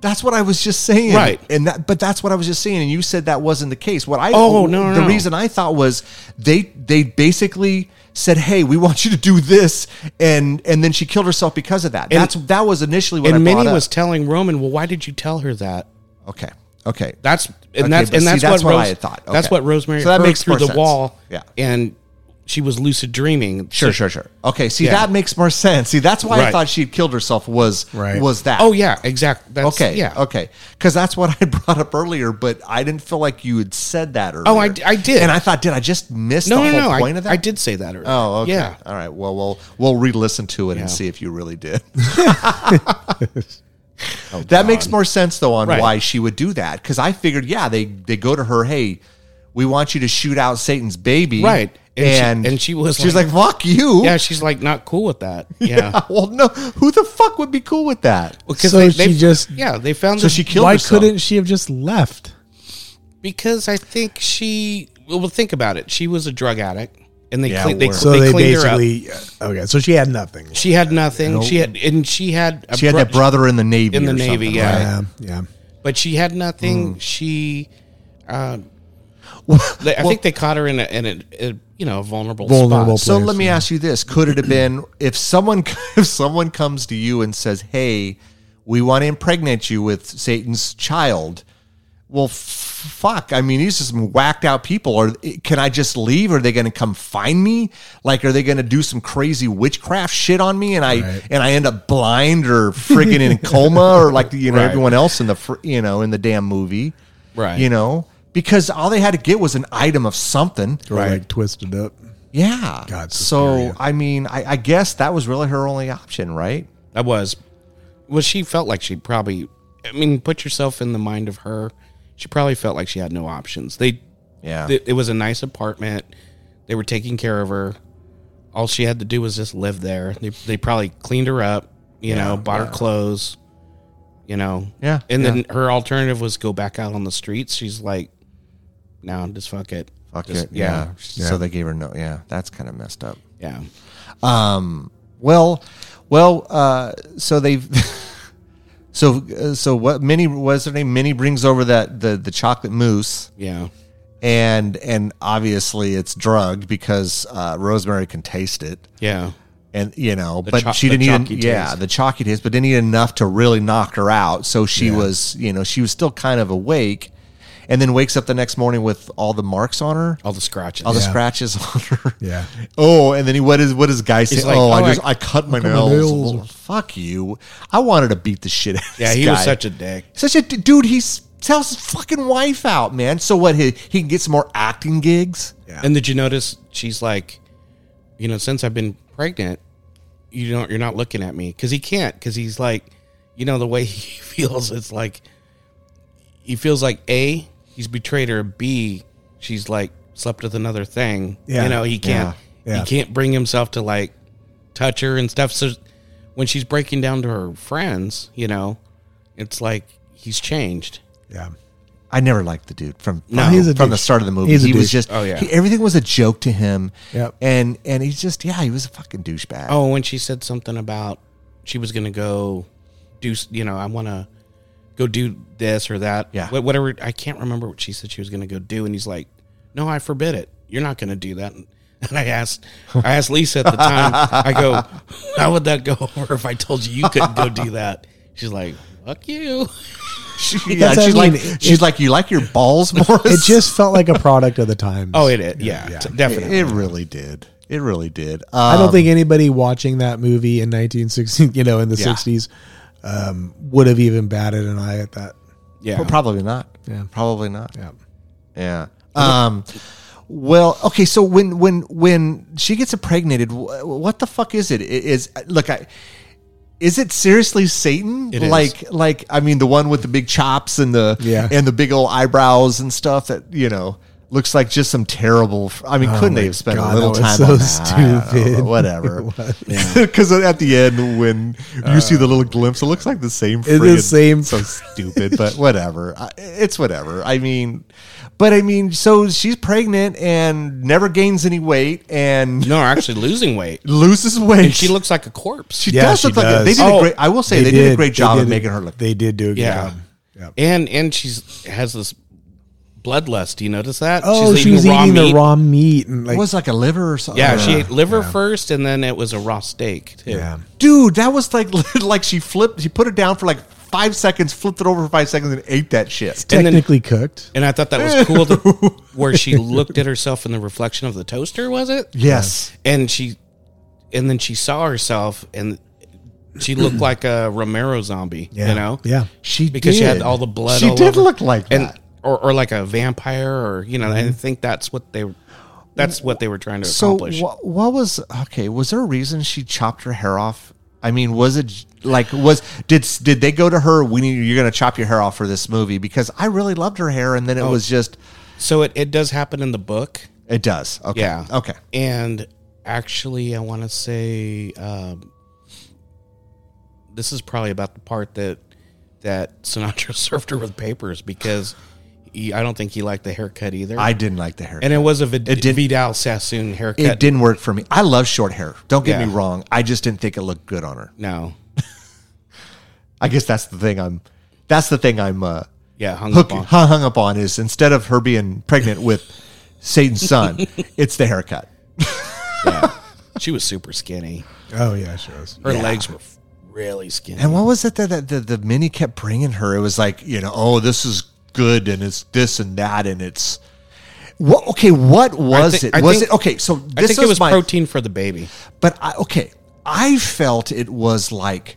S2: That's what I was just saying.
S4: Right.
S2: And that but that's what I was just saying. And you said that wasn't the case. What I
S4: Oh, no, no,
S2: the
S4: no.
S2: reason I thought was they they basically said, Hey, we want you to do this and and then she killed herself because of that. that's that was initially what I
S4: and
S2: brought
S4: Minnie
S2: up.
S4: was telling Roman, "Well, why did you tell her that?"
S2: Okay. Okay.
S4: That's and
S2: Okay,
S4: that's
S2: but
S4: and
S2: see,
S4: that's,
S2: that's
S4: what,
S2: what
S4: Rose,
S2: I had thought.
S4: That's
S2: Okay.
S4: what Rosemary
S2: So that
S4: heard
S2: makes
S4: through
S2: more
S4: the
S2: sense.
S4: wall.
S2: Yeah.
S4: and she was lucid dreaming.
S2: Sure,
S4: So-
S2: sure, sure. Okay, see
S4: Yeah.
S2: that makes more sense. See, that's why I
S4: Right.
S2: thought she had killed herself was
S3: Right.
S2: was that.
S4: Oh yeah, exactly. That's,
S2: Okay.
S4: Yeah.
S2: Okay. Because that's what I [LAUGHS] brought up earlier, but I didn't feel like you had said that earlier.
S4: Oh, I d- I did.
S2: And I thought, did I just miss
S4: No,
S2: the
S4: no,
S2: whole
S4: no. I,
S2: point of that?
S4: I did say that earlier.
S2: Oh, okay.
S4: Yeah.
S2: All right. Well, we'll we'll re-listen to it
S4: Yeah.
S2: and see if you really [LAUGHS] did. Oh, that makes more sense though on
S4: Right.
S2: why she would do that because I figured, yeah, they they go to her, hey, we want you to shoot out Satan's baby,
S4: Right. And she-
S2: And
S4: and she was
S2: she's like,
S4: like-
S2: fuck you.
S4: Yeah. She's like not cool with that.
S2: [LAUGHS]
S4: Yeah.
S2: Well, no, who the fuck would be cool with that?
S4: Because
S3: So
S4: they,
S3: she
S4: they-
S3: just-
S4: yeah they found
S2: So
S4: this-
S2: she killed
S3: why
S2: herself.
S3: couldn't she have just left?
S4: because I think she well, think about it. She was a drug addict, and they
S2: Yeah,
S4: cle- they,
S2: word.
S3: So
S4: they
S3: they,
S4: cleaned her up.
S3: basically uh, okay. So she had nothing.
S4: She had nothing. She had and she had a
S2: She had
S4: bro-
S2: that brother in the Navy.
S4: In the
S2: or something, Hmm.
S4: Navy, yeah.
S2: right? [LAUGHS]
S3: Yeah, Um, yeah.
S4: but she had nothing. She, uh, they, I think they caught her in a, in a, a you know a vulnerable
S3: Vulnerable.
S4: spot.
S2: Uh, So
S3: place,
S2: let me ask you this: Could it have been [CLEARS THROAT] if someone [LAUGHS] if someone comes to you and says, "Hey, we want to impregnate you with Satan's child"? Well, f- fuck. I mean, these are some whacked out people. Or can I just leave? Are they going to come find me? Like, are they going to do some crazy witchcraft shit on me, and I and I end up blind or friggin'
S4: [LAUGHS]
S2: in a coma, or like you know
S4: Right.
S2: everyone else in the fr- you know in the damn movie,
S4: Right.
S2: You know, because all they had to get was an item of something,
S3: Right. Like twisted up.
S2: yeah.
S3: God, so
S2: so
S3: scary.
S2: I mean, I, I guess that was really her only option, right?
S4: I was. Well, she felt like she probably. I mean, put yourself in the mind of her. She probably felt like she had no options. They,
S2: Yeah.
S4: th- it was a nice apartment. They were taking care of her. All she had to do was just live there. They, they probably cleaned her up. You know, bought her clothes. You know.
S2: Yeah,
S4: And
S2: yeah.
S4: then her alternative was go back out on the streets. She's like, no, just fuck it.
S2: Fuck
S4: Just-
S2: it. Yeah. So they gave her no. Yeah, that's kind of messed up.
S4: Yeah. yeah.
S2: Well, well. Uh, so they've. [LAUGHS] so uh, so what? Minnie was her name. Minnie brings over that the the chocolate mousse.
S4: Yeah.
S2: And and obviously it's drugged because uh, Rosemary can taste it,
S4: Yeah.
S2: and you know,
S4: The
S2: but
S4: cho-
S2: she
S4: the
S2: didn't
S4: chalky
S2: even yeah
S4: taste.
S2: the chalky taste, but didn't eat enough to really knock her out. So she was you know she was still kind of awake, and then wakes up the next morning with all the marks on her.
S4: All the scratches.
S2: all the
S3: Yeah.
S2: scratches [LAUGHS] on her.
S3: Yeah.
S2: Oh, and then he what is what does guy say?
S4: like,
S2: oh,
S4: "Oh,
S2: I
S4: I-
S2: just I, cut my nails. Well, fuck you. I wanted to beat the shit out. of
S4: Yeah.
S2: this
S4: He was
S2: guy.
S4: such a dick.
S2: such a d- dude. He s- tells his fucking wife out, man. So what? He he can get some more acting gigs.
S4: And did you notice she's like, you know, since I've been pregnant, you don't, you're not looking at me because he can't because he's like, you know, the way [LAUGHS] he feels, it's like he feels like a he's betrayed her. B she's like slept with another thing.
S3: Yeah.
S4: You know, he can't
S3: Yeah. Yeah.
S4: he can't bring himself to like touch her and stuff. So when she's breaking down to her friends, you know, it's like he's changed.
S3: Yeah.
S2: I never liked the dude from from,
S4: No, he's
S3: a
S2: from the
S3: douche.
S2: start of the movie.
S3: He's a
S2: he was
S3: douche.
S2: just
S4: Oh, yeah.
S2: he- everything was a joke to him.
S3: Yep.
S2: And and he's just yeah, he was a fucking douchebag.
S4: Oh, when she said something about she was going to go do, s- you know, I want to go do this or that.
S2: Yeah.
S4: Wh- Whatever. I can't remember what she said she was going to go do. And he's like, no, I forbid it. You're not going to do that. And I asked, I asked Lisa at the time, I go, how would that go [LAUGHS] over if I told you you couldn't go do that? She's like, fuck you.
S2: She- yeah,
S3: what I
S2: [LAUGHS] she's
S3: mean.
S2: like
S3: It-
S2: she's like you like your balls more. [LAUGHS]
S3: It just felt like a product of the times.
S4: Oh, it is. Yeah, t- definitely.
S2: it really did. It really did. Um,
S3: I don't think anybody watching that movie in 1960, you know, in the
S2: Yeah.
S3: 60s, um, would have even batted an eye at that.
S4: yeah.
S2: Well, probably not.
S3: Yeah.
S2: Probably not.
S3: Yeah.
S2: Yeah. Um, well, okay. So when when when she gets impregnated, wh- what the fuck is it? I- Is look, I is it seriously Satan?
S4: It is.
S2: like like I mean, the one with the big chops and the
S3: Yeah.
S2: and the big old eyebrows and stuff that you know looks like just some terrible. f- I mean, couldn't they have spent
S3: Oh God,
S2: a little
S3: that
S2: time
S3: was so
S2: on that? I don't know,
S3: stupid. [LAUGHS]
S2: whatever. [LAUGHS] Because at the end, when you see the little glimpse, it looks like the same.
S3: It's the
S2: friggin-
S3: same-
S2: So stupid, but whatever. I, it's whatever. I mean, but I mean, so she's pregnant and never gains any weight and
S4: no, actually losing weight.
S2: loses weight.
S4: And she looks like a corpse.
S2: She
S3: Yeah,
S2: does
S3: she
S2: look like a- they
S3: does.
S2: did a
S4: Oh,
S2: great. I will say they, did, a great
S3: they
S2: job of
S3: did-
S2: making her look.
S3: They did do a good
S4: Yeah.
S3: job. Yeah.
S4: And and she's has this bloodlust. Do you notice that?
S3: Oh, she was eating the raw meat and like,
S2: it was like a liver or something.
S4: Yeah, she ate liver first, and then it was a raw steak too.
S3: yeah.
S2: dude, that was like [LAUGHS] like she flipped. She put it down for like five seconds, flipped it over for five seconds, and ate that shit.
S4: And then-
S3: technically cooked.
S4: And I thought that was cool,
S2: [LAUGHS]
S4: that, where she looked at herself in the reflection of the toaster. Was it?
S2: Yes.
S4: And she, and then she saw herself, and she looked like a Romero zombie.
S3: Yeah.
S4: You know?
S3: Yeah.
S2: She
S4: Because she had
S2: did.
S4: all the blood.
S2: She
S4: all
S2: did
S4: over.
S2: look like
S4: and
S2: that. Mm-hmm.
S4: or or like a vampire, or you know. I think that's what they, that's what they were trying to
S2: So
S4: accomplish.
S2: wha- what was okay? Was there a reason she chopped her hair off? I mean, was it j- like was did did they go to her? We need you're going to chop your hair off for this movie because I really loved her hair, and then it
S4: Oh.
S2: was just
S4: so it, it does happen in the book.
S2: it does. Okay,
S4: Yeah.
S2: okay,
S4: And actually, I want to say um, [LAUGHS] this is probably about the part that that Sinatra served her with papers because he, I don't think he liked the haircut either.
S2: I didn't like the hair.
S4: and it was a Vid-
S2: It did-
S4: Vidal Sassoon haircut.
S2: it didn't work for me. I love short hair. Don't get me
S4: Yeah.
S2: wrong. I just didn't think it looked good on her.
S4: No,
S2: I guess that's the thing I'm that's the thing I'm uh
S4: yeah, hung
S2: hook,
S4: up on.
S2: hung up on is instead of her being pregnant with Satan's
S4: [LAUGHS]
S2: son, it's the haircut.
S4: Yeah. she was super skinny.
S3: Oh yeah, she was.
S4: Her legs were f- really skinny.
S2: And what was it that, that the, the mini kept bringing her? It was like, you know, oh, this is good and it's this and that and it's what okay, what was
S4: thi-
S2: it?
S4: I
S2: was
S4: think-
S2: it okay, so
S4: I
S2: this
S4: think
S2: is
S4: it was
S2: my
S4: protein for the baby.
S2: but I, okay, I felt it was like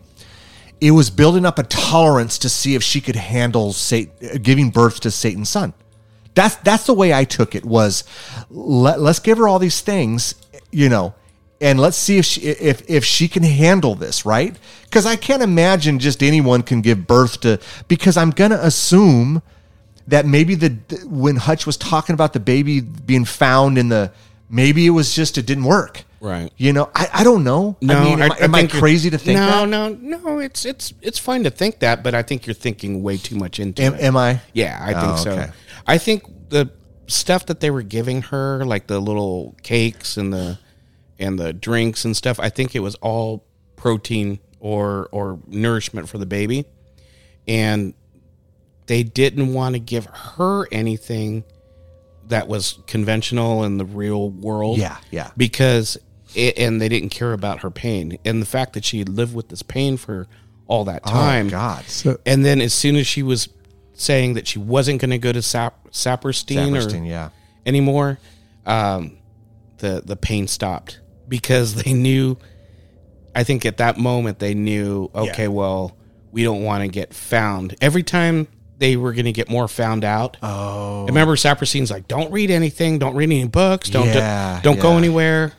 S2: it was building up a tolerance to see if she could handle Satan, giving birth to Satan's son. That's that's the way I took it. Was let, let's give her all these things, you know, and let's see if she if if she can handle this, right? Because I can't imagine just anyone can give birth to. Because I'm gonna assume that maybe the when Hutch was talking about the baby being found in the maybe it was just it didn't work.
S4: Right.
S2: You know, I, I don't know. I mean, am I, am I
S4: think you're-
S2: crazy to think
S4: no,
S2: that?
S4: No, no, It's it's it's fine to think that, but I think you're thinking way too much into
S2: Am,
S4: it.
S2: am I?
S4: Yeah, I think
S2: Oh,
S4: so.
S2: okay.
S4: I think the stuff that they were giving her, like the little cakes and the and the drinks and stuff, I think it was all protein or or nourishment for the baby, and they didn't want to give her anything that was conventional in the real world.
S2: Yeah, yeah.
S4: Because it, and they didn't care about her pain and the fact that she had lived with this pain for all that time.
S2: Oh, God.
S4: And then as soon as she was saying that she wasn't going to go to Sap- Saperstein,
S2: Saperstein,
S4: or
S2: yeah.
S4: anymore, um, the the pain stopped because they knew. I think at that moment they knew. Okay, well, we don't want to get found. Every time they were going to get more found out. Oh, remember Saperstein's like, don't read anything, don't read any books, don't do,
S2: Yeah,
S4: not do not go
S2: yeah.
S4: anywhere.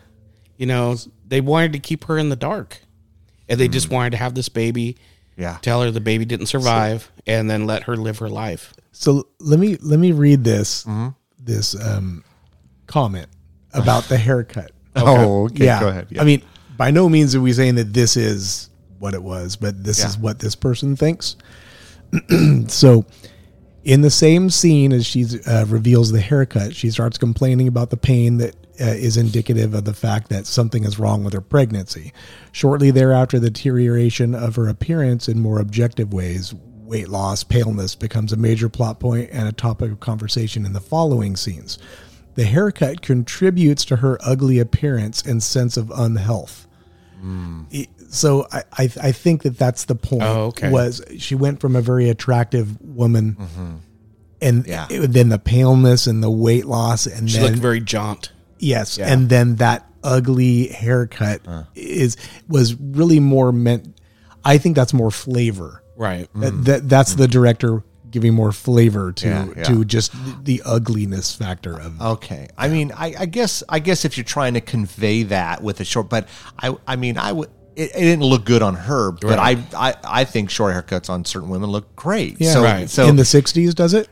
S4: You know, they wanted to keep her in the dark, and they
S2: Mm.
S4: just wanted to have this baby
S2: Yeah.
S4: tell her the baby didn't survive and then let her live her life.
S3: So let me let me read this this um, comment about the haircut.
S2: Oh, okay.
S3: yeah,
S2: Go ahead. Yeah.
S3: I mean, by no means are we saying that this is what it was, but this
S2: Yeah.
S3: is what this person thinks. [CLEARS THROAT] so, in the same scene as she uh, reveals the haircut, she starts complaining about the pain that uh, is indicative of the fact that something is wrong with her pregnancy. Shortly thereafter, the deterioration of her appearance in more objective ways, weight loss, paleness, becomes a major plot point and a topic of conversation in the following scenes. The haircut contributes to her ugly appearance and sense of unhealth so I, I I think that that's the point.
S4: Hmm. Oh, okay. Mm-hmm.
S3: Was she went from a very attractive woman, and
S2: Yeah.
S3: it- then the paleness and the weight loss, and
S4: She
S3: then
S4: looked very jaunt.
S3: yes, and then that ugly haircut
S2: Uh.
S3: is was really more meant. I think that's more flavor.
S4: Right.
S3: That, that that's the director giving more flavor to
S2: Mm. Yeah, Oh, yeah.
S3: to just the ugliness factor of
S2: Okay. I mean, I, I guess I guess if you're trying to convey that with a short, but I I mean I would. It, it didn't look good on her, but I, I I think short haircuts on certain women look great.
S3: yeah.
S2: so
S4: Right.
S2: so
S3: in the '60s, does it?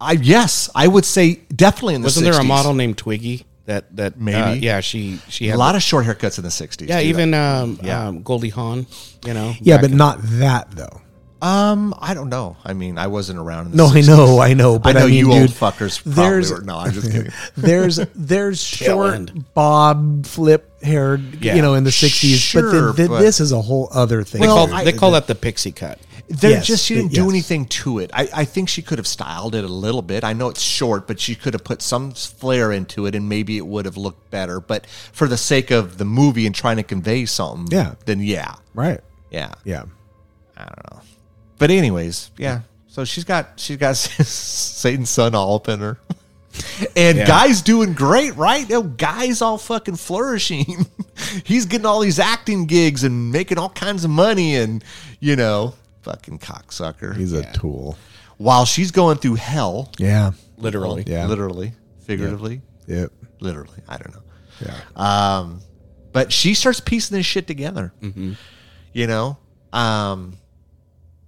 S2: I yes I would say definitely in the
S4: Wasn't there a
S2: 60s.
S4: model named Twiggy that that maybe?
S2: Maybe.
S4: yeah, she she had
S2: A lot of short haircuts in the '60s.
S4: yeah,
S2: too.
S4: even um, um Goldie Hawn, you know.
S3: Yeah,
S4: back
S3: but
S4: in-
S3: not that though.
S2: um I don't know. I mean, I wasn't around. In the
S3: No, I
S2: 60s.
S3: know, I know, but I,
S2: know
S3: mean,
S2: you
S3: dude,
S2: old fuckers probably were- no, I'm just kidding.
S3: [LAUGHS] there's there's short
S4: end.
S3: bob flip hair,
S4: Yeah.
S3: you know, in the sixties, but, then-
S2: Sure,
S3: then
S2: but-
S3: this is a whole other thing.
S4: they
S2: Well,
S4: call
S2: I-
S4: they call that the pixie cut.
S2: There
S3: Yes,
S2: just she
S3: the-
S2: didn't do
S3: yes.
S2: anything to it. I, I think she could have styled it a little bit. I know it's short, but she could have put some flair into it, and maybe it would have looked better. But for the sake of the movie and trying to convey something,
S3: Yeah.
S2: then yeah,
S3: right?
S2: yeah,
S3: Yeah,
S2: I don't know. But anyways, yeah. So she's got she's got [LAUGHS] Satan's son all up in her, [LAUGHS] and guy's doing great, right? No, guy's all fucking flourishing. [LAUGHS] He's getting all these acting gigs and making all kinds of money, and you know, fucking cocksucker
S3: he's a tool.
S2: while she's going through hell,
S3: Yeah,
S4: Literally.
S3: Yeah.
S2: literally, figuratively,
S3: yep,
S2: literally, I don't know.
S3: yeah.
S2: Um, but she starts piecing this shit together,
S3: Mm-hmm.
S2: you know. Um,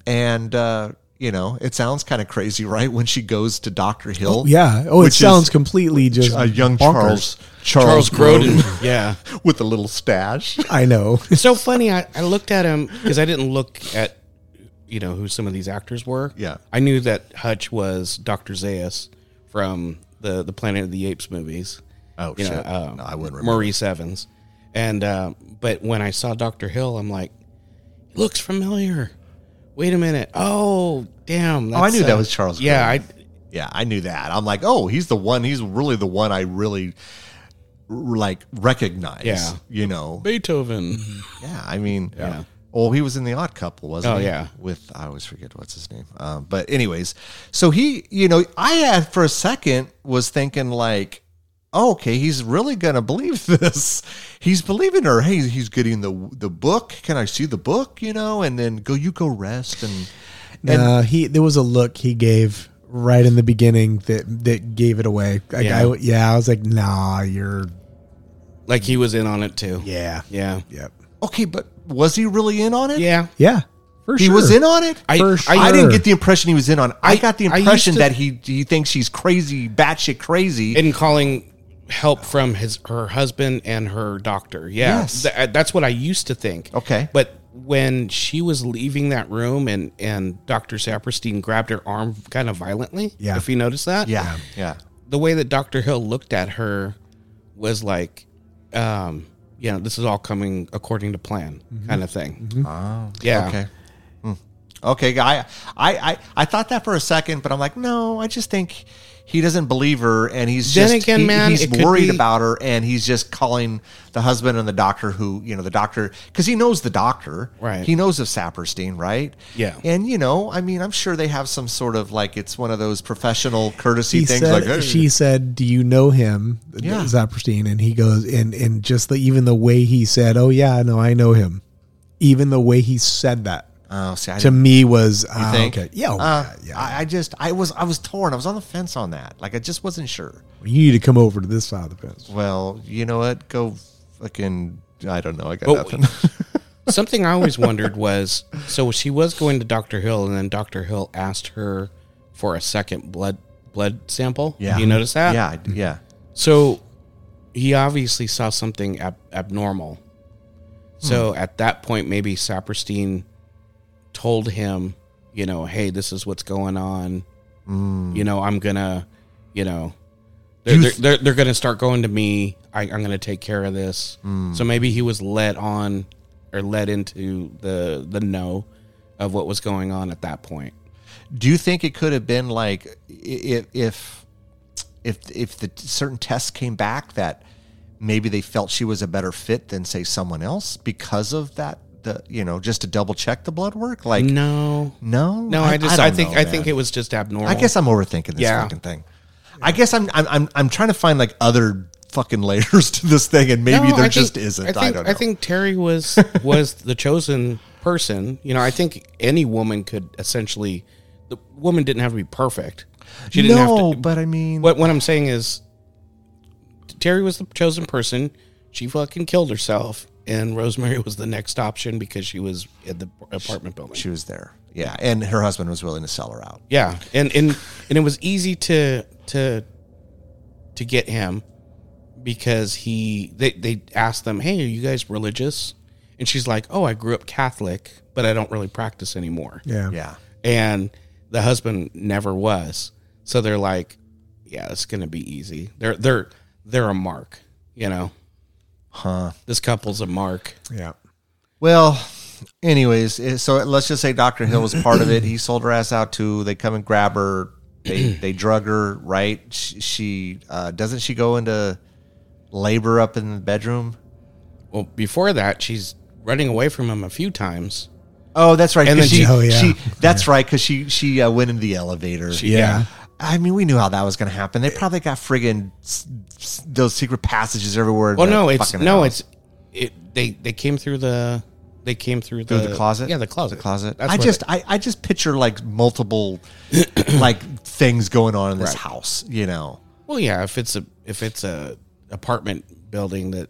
S2: and uh, you know, it sounds kind of crazy, right? When she goes to Doctor Hill,
S3: yeah. Oh, it
S2: which is
S3: sounds completely just
S2: a young
S3: bonkers.
S2: Charles, Charles
S4: Charles Grodin. yeah.
S2: [LAUGHS] with a little stash.
S3: I know.
S2: [LAUGHS]
S4: It's so funny. I, I looked at him because I didn't look at you know who some of these actors were.
S2: Yeah.
S4: I knew that Hutch was Doctor Zayas from the the Planet of the Apes movies.
S2: Oh,
S4: you know,
S2: shit.
S4: um,
S2: no, I wouldn't remember.
S4: Maurice Evans, and uh, but when I saw Doctor Hill, I'm like, he looks familiar. Wait a minute. Oh, damn.
S2: I knew
S4: uh,
S2: that was Charles
S4: Yeah, I,
S2: Yeah, I knew that. I'm like, oh, he's the one. He's really the one I really r- like recognize.
S4: Yeah.
S2: you know.
S4: Beethoven.
S2: Yeah, I mean,
S4: Yeah.
S2: Well, he was in the Odd Couple, wasn't
S4: Oh,
S2: he?
S4: yeah.
S2: With I always forget what's his name. Um, but anyways, so he, you know, I had for a second was thinking like, oh, okay, he's really gonna believe [LAUGHS] this. He's believing her. Hey, he's getting the the book. Can I see the book? You know, and then go you go rest and.
S3: No, uh, he there was a look he gave right in the beginning that that gave it away. Like,
S4: Yeah.
S3: I w- yeah, I was like, nah, you're
S4: Like he was in on it too.
S3: yeah,
S4: Yeah.
S3: yep,
S2: Okay, but was he really in on it?
S4: Yeah.
S3: yeah, for
S2: He
S3: sure.
S2: was in on it.
S4: I,
S3: For
S4: I,
S3: sure.
S2: I didn't get the impression he was in on. it. I,
S4: I-
S2: got the
S4: I used
S2: impression
S4: to-
S2: that he he thinks she's crazy, batshit crazy.
S4: in calling help from his her husband and her doctor. Yeah,
S2: Yes.
S4: Th- uh, that's what I used to think.
S2: Okay.
S4: but when she was leaving that room and and Doctor Saperstein grabbed her arm kind of violently.
S3: Yeah.
S4: if you notice that.
S2: yeah, yeah,
S4: the way that Doctor Hill looked at her was like, um, you know, this is all coming according to plan, kind of thing.
S2: Mm-hmm. Oh,
S4: Yeah.
S2: Okay. Mm. Okay, I, I, I, I thought that for a second, but I'm like, no, I just think he doesn't believe her, and he's
S4: Then
S2: just
S4: again,
S2: he-
S4: man,
S2: he's
S4: it could
S2: worried
S4: be-
S2: about her, and he's just calling the husband and the doctor, who you know, the doctor, because he knows the doctor,
S4: Right.
S2: He knows of Saperstein, right?
S4: Yeah.
S2: and you know, I mean, I'm sure they have some sort of like it's one of those professional courtesy
S3: He
S2: things,
S3: said,
S2: like hey.
S3: she said, "Do you know him,
S2: Yeah.
S3: Zaperstein?" And he goes, and and just the even the way he said, "Oh yeah, no, I know him," even the way he said that
S2: Oh, see, I
S3: to
S2: didn't
S3: me was, ah,
S2: think.
S3: okay, yeah, oh,
S2: Uh,
S3: yeah, yeah.
S2: I, I just, I was, I was torn. I was on the fence on that. Like, I just wasn't sure.
S3: you need to come over to this side of the fence.
S2: Well, you know what? Go fucking. I don't know. I got
S4: But-
S2: nothing.
S4: [LAUGHS] Something I always wondered was so she was going to Dr. Hill and then Dr. Hill asked her for a second blood blood sample.
S2: Yeah.
S4: You notice that?
S2: yeah, I- yeah.
S4: So he obviously saw something ab- abnormal. So at that point, maybe Saperstein told him, you know, hey, this is what's going on. You know, I'm gonna, you know, they're,
S2: You
S4: they're,
S2: th-
S4: they're, they're gonna start going to me. I, I'm gonna take care of this. So maybe he was led on or led into the the know of what was going on at that point.
S2: Do you think it could have been like if if if if the certain tests came back that maybe they felt she was a better fit than say someone else because of that the you know just to double check the blood work like no
S4: No,
S2: no
S4: no, I, just I,
S2: don't
S4: think
S2: know,
S4: I
S2: man.
S4: think it was just abnormal.
S2: I guess I'm overthinking this
S4: Yeah.
S2: fucking thing. I guess I'm, I'm I'm I'm trying to find like other fucking [LAUGHS] layers to this thing and maybe
S4: No,
S2: there
S4: I
S2: just
S4: think-
S2: isn't.
S4: I think,
S2: don't know.
S4: think
S2: [LAUGHS]
S4: Terry was was the chosen person. You know, I think any woman could essentially. The woman didn't have to be perfect. She didn't
S2: no,
S4: have to.
S2: but I mean
S4: What what I'm saying is, Terry was the chosen person. She fucking killed herself, and Rosemary was the next option because she was at the apartment building.
S2: she was there. Yeah, and her husband was willing to sell her out.
S4: Yeah, and and and it was easy to to to get him because he they they asked them, "Hey, are you guys religious?" And she's like, "Oh, I grew up Catholic, but I don't really practice anymore."
S3: Yeah,
S2: Yeah.
S4: And the husband never was. So they're like, "Yeah, it's going to be easy." They're they're they're a mark, you know.
S2: Huh.
S4: This couple's a mark.
S3: yeah.
S2: Well, anyways, eh, so let's just say Dr. Hill was part of it. He sold her ass out too. They come and grab her. They they drug her, right? She, she uh, doesn't she go into labor up in the bedroom?
S4: Well, before that, she's running away from him a few times.
S2: Oh, that's right.
S4: And
S2: 'cause
S4: then
S2: she,
S3: she- oh, yeah.
S2: she that's right cuz she she uh, went in the elevator.
S4: She- yeah.
S2: I mean, we knew how that was going to happen. They probably got friggin' s- s- those secret passages everywhere. in
S4: Well,
S2: that
S4: no, it's
S2: fucking
S4: no,
S2: house.
S4: it's it. They they came through the they came through the,
S2: through the closet.
S4: Yeah, the closet.
S2: Closet.
S4: That's
S2: I
S4: where
S2: just
S4: they-
S2: I, I just picture like
S4: [CLEARS THROAT]
S2: multiple like things going on in this
S4: Right.
S2: house, you know.
S4: well, yeah. If it's a if it's a apartment building that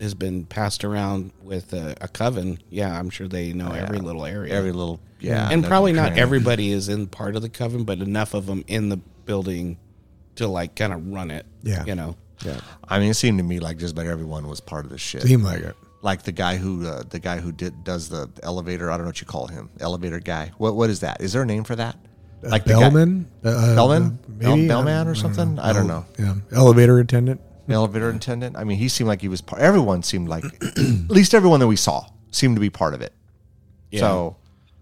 S4: has been passed around with a, a coven, yeah, I'm sure they know every little area.
S2: Oh, Every little yeah.
S4: and
S2: nook
S4: probably not
S2: cranny.
S4: everybody is in part of the coven, but enough of them in the building to like kind of run it.
S3: Yeah.
S4: you know.
S2: I mean, it seemed to me like just about everyone was part of this shit.
S3: Seemed like it.
S2: like the guy who uh, the guy who did does the elevator. I don't know what you call him, elevator guy. What what is that? Is there a name for that? Like the guy-
S3: Bellman, Uh,
S2: Bellman,
S3: uh,
S2: Bell-
S3: maybe?
S2: Bellman, or something. I don't know.
S3: Yeah, elevator attendant.
S2: elevator attendant. I mean, he seemed like he was part. Everyone seemed like, [CLEARS THROAT] at least everyone that we saw seemed to be part of it. So,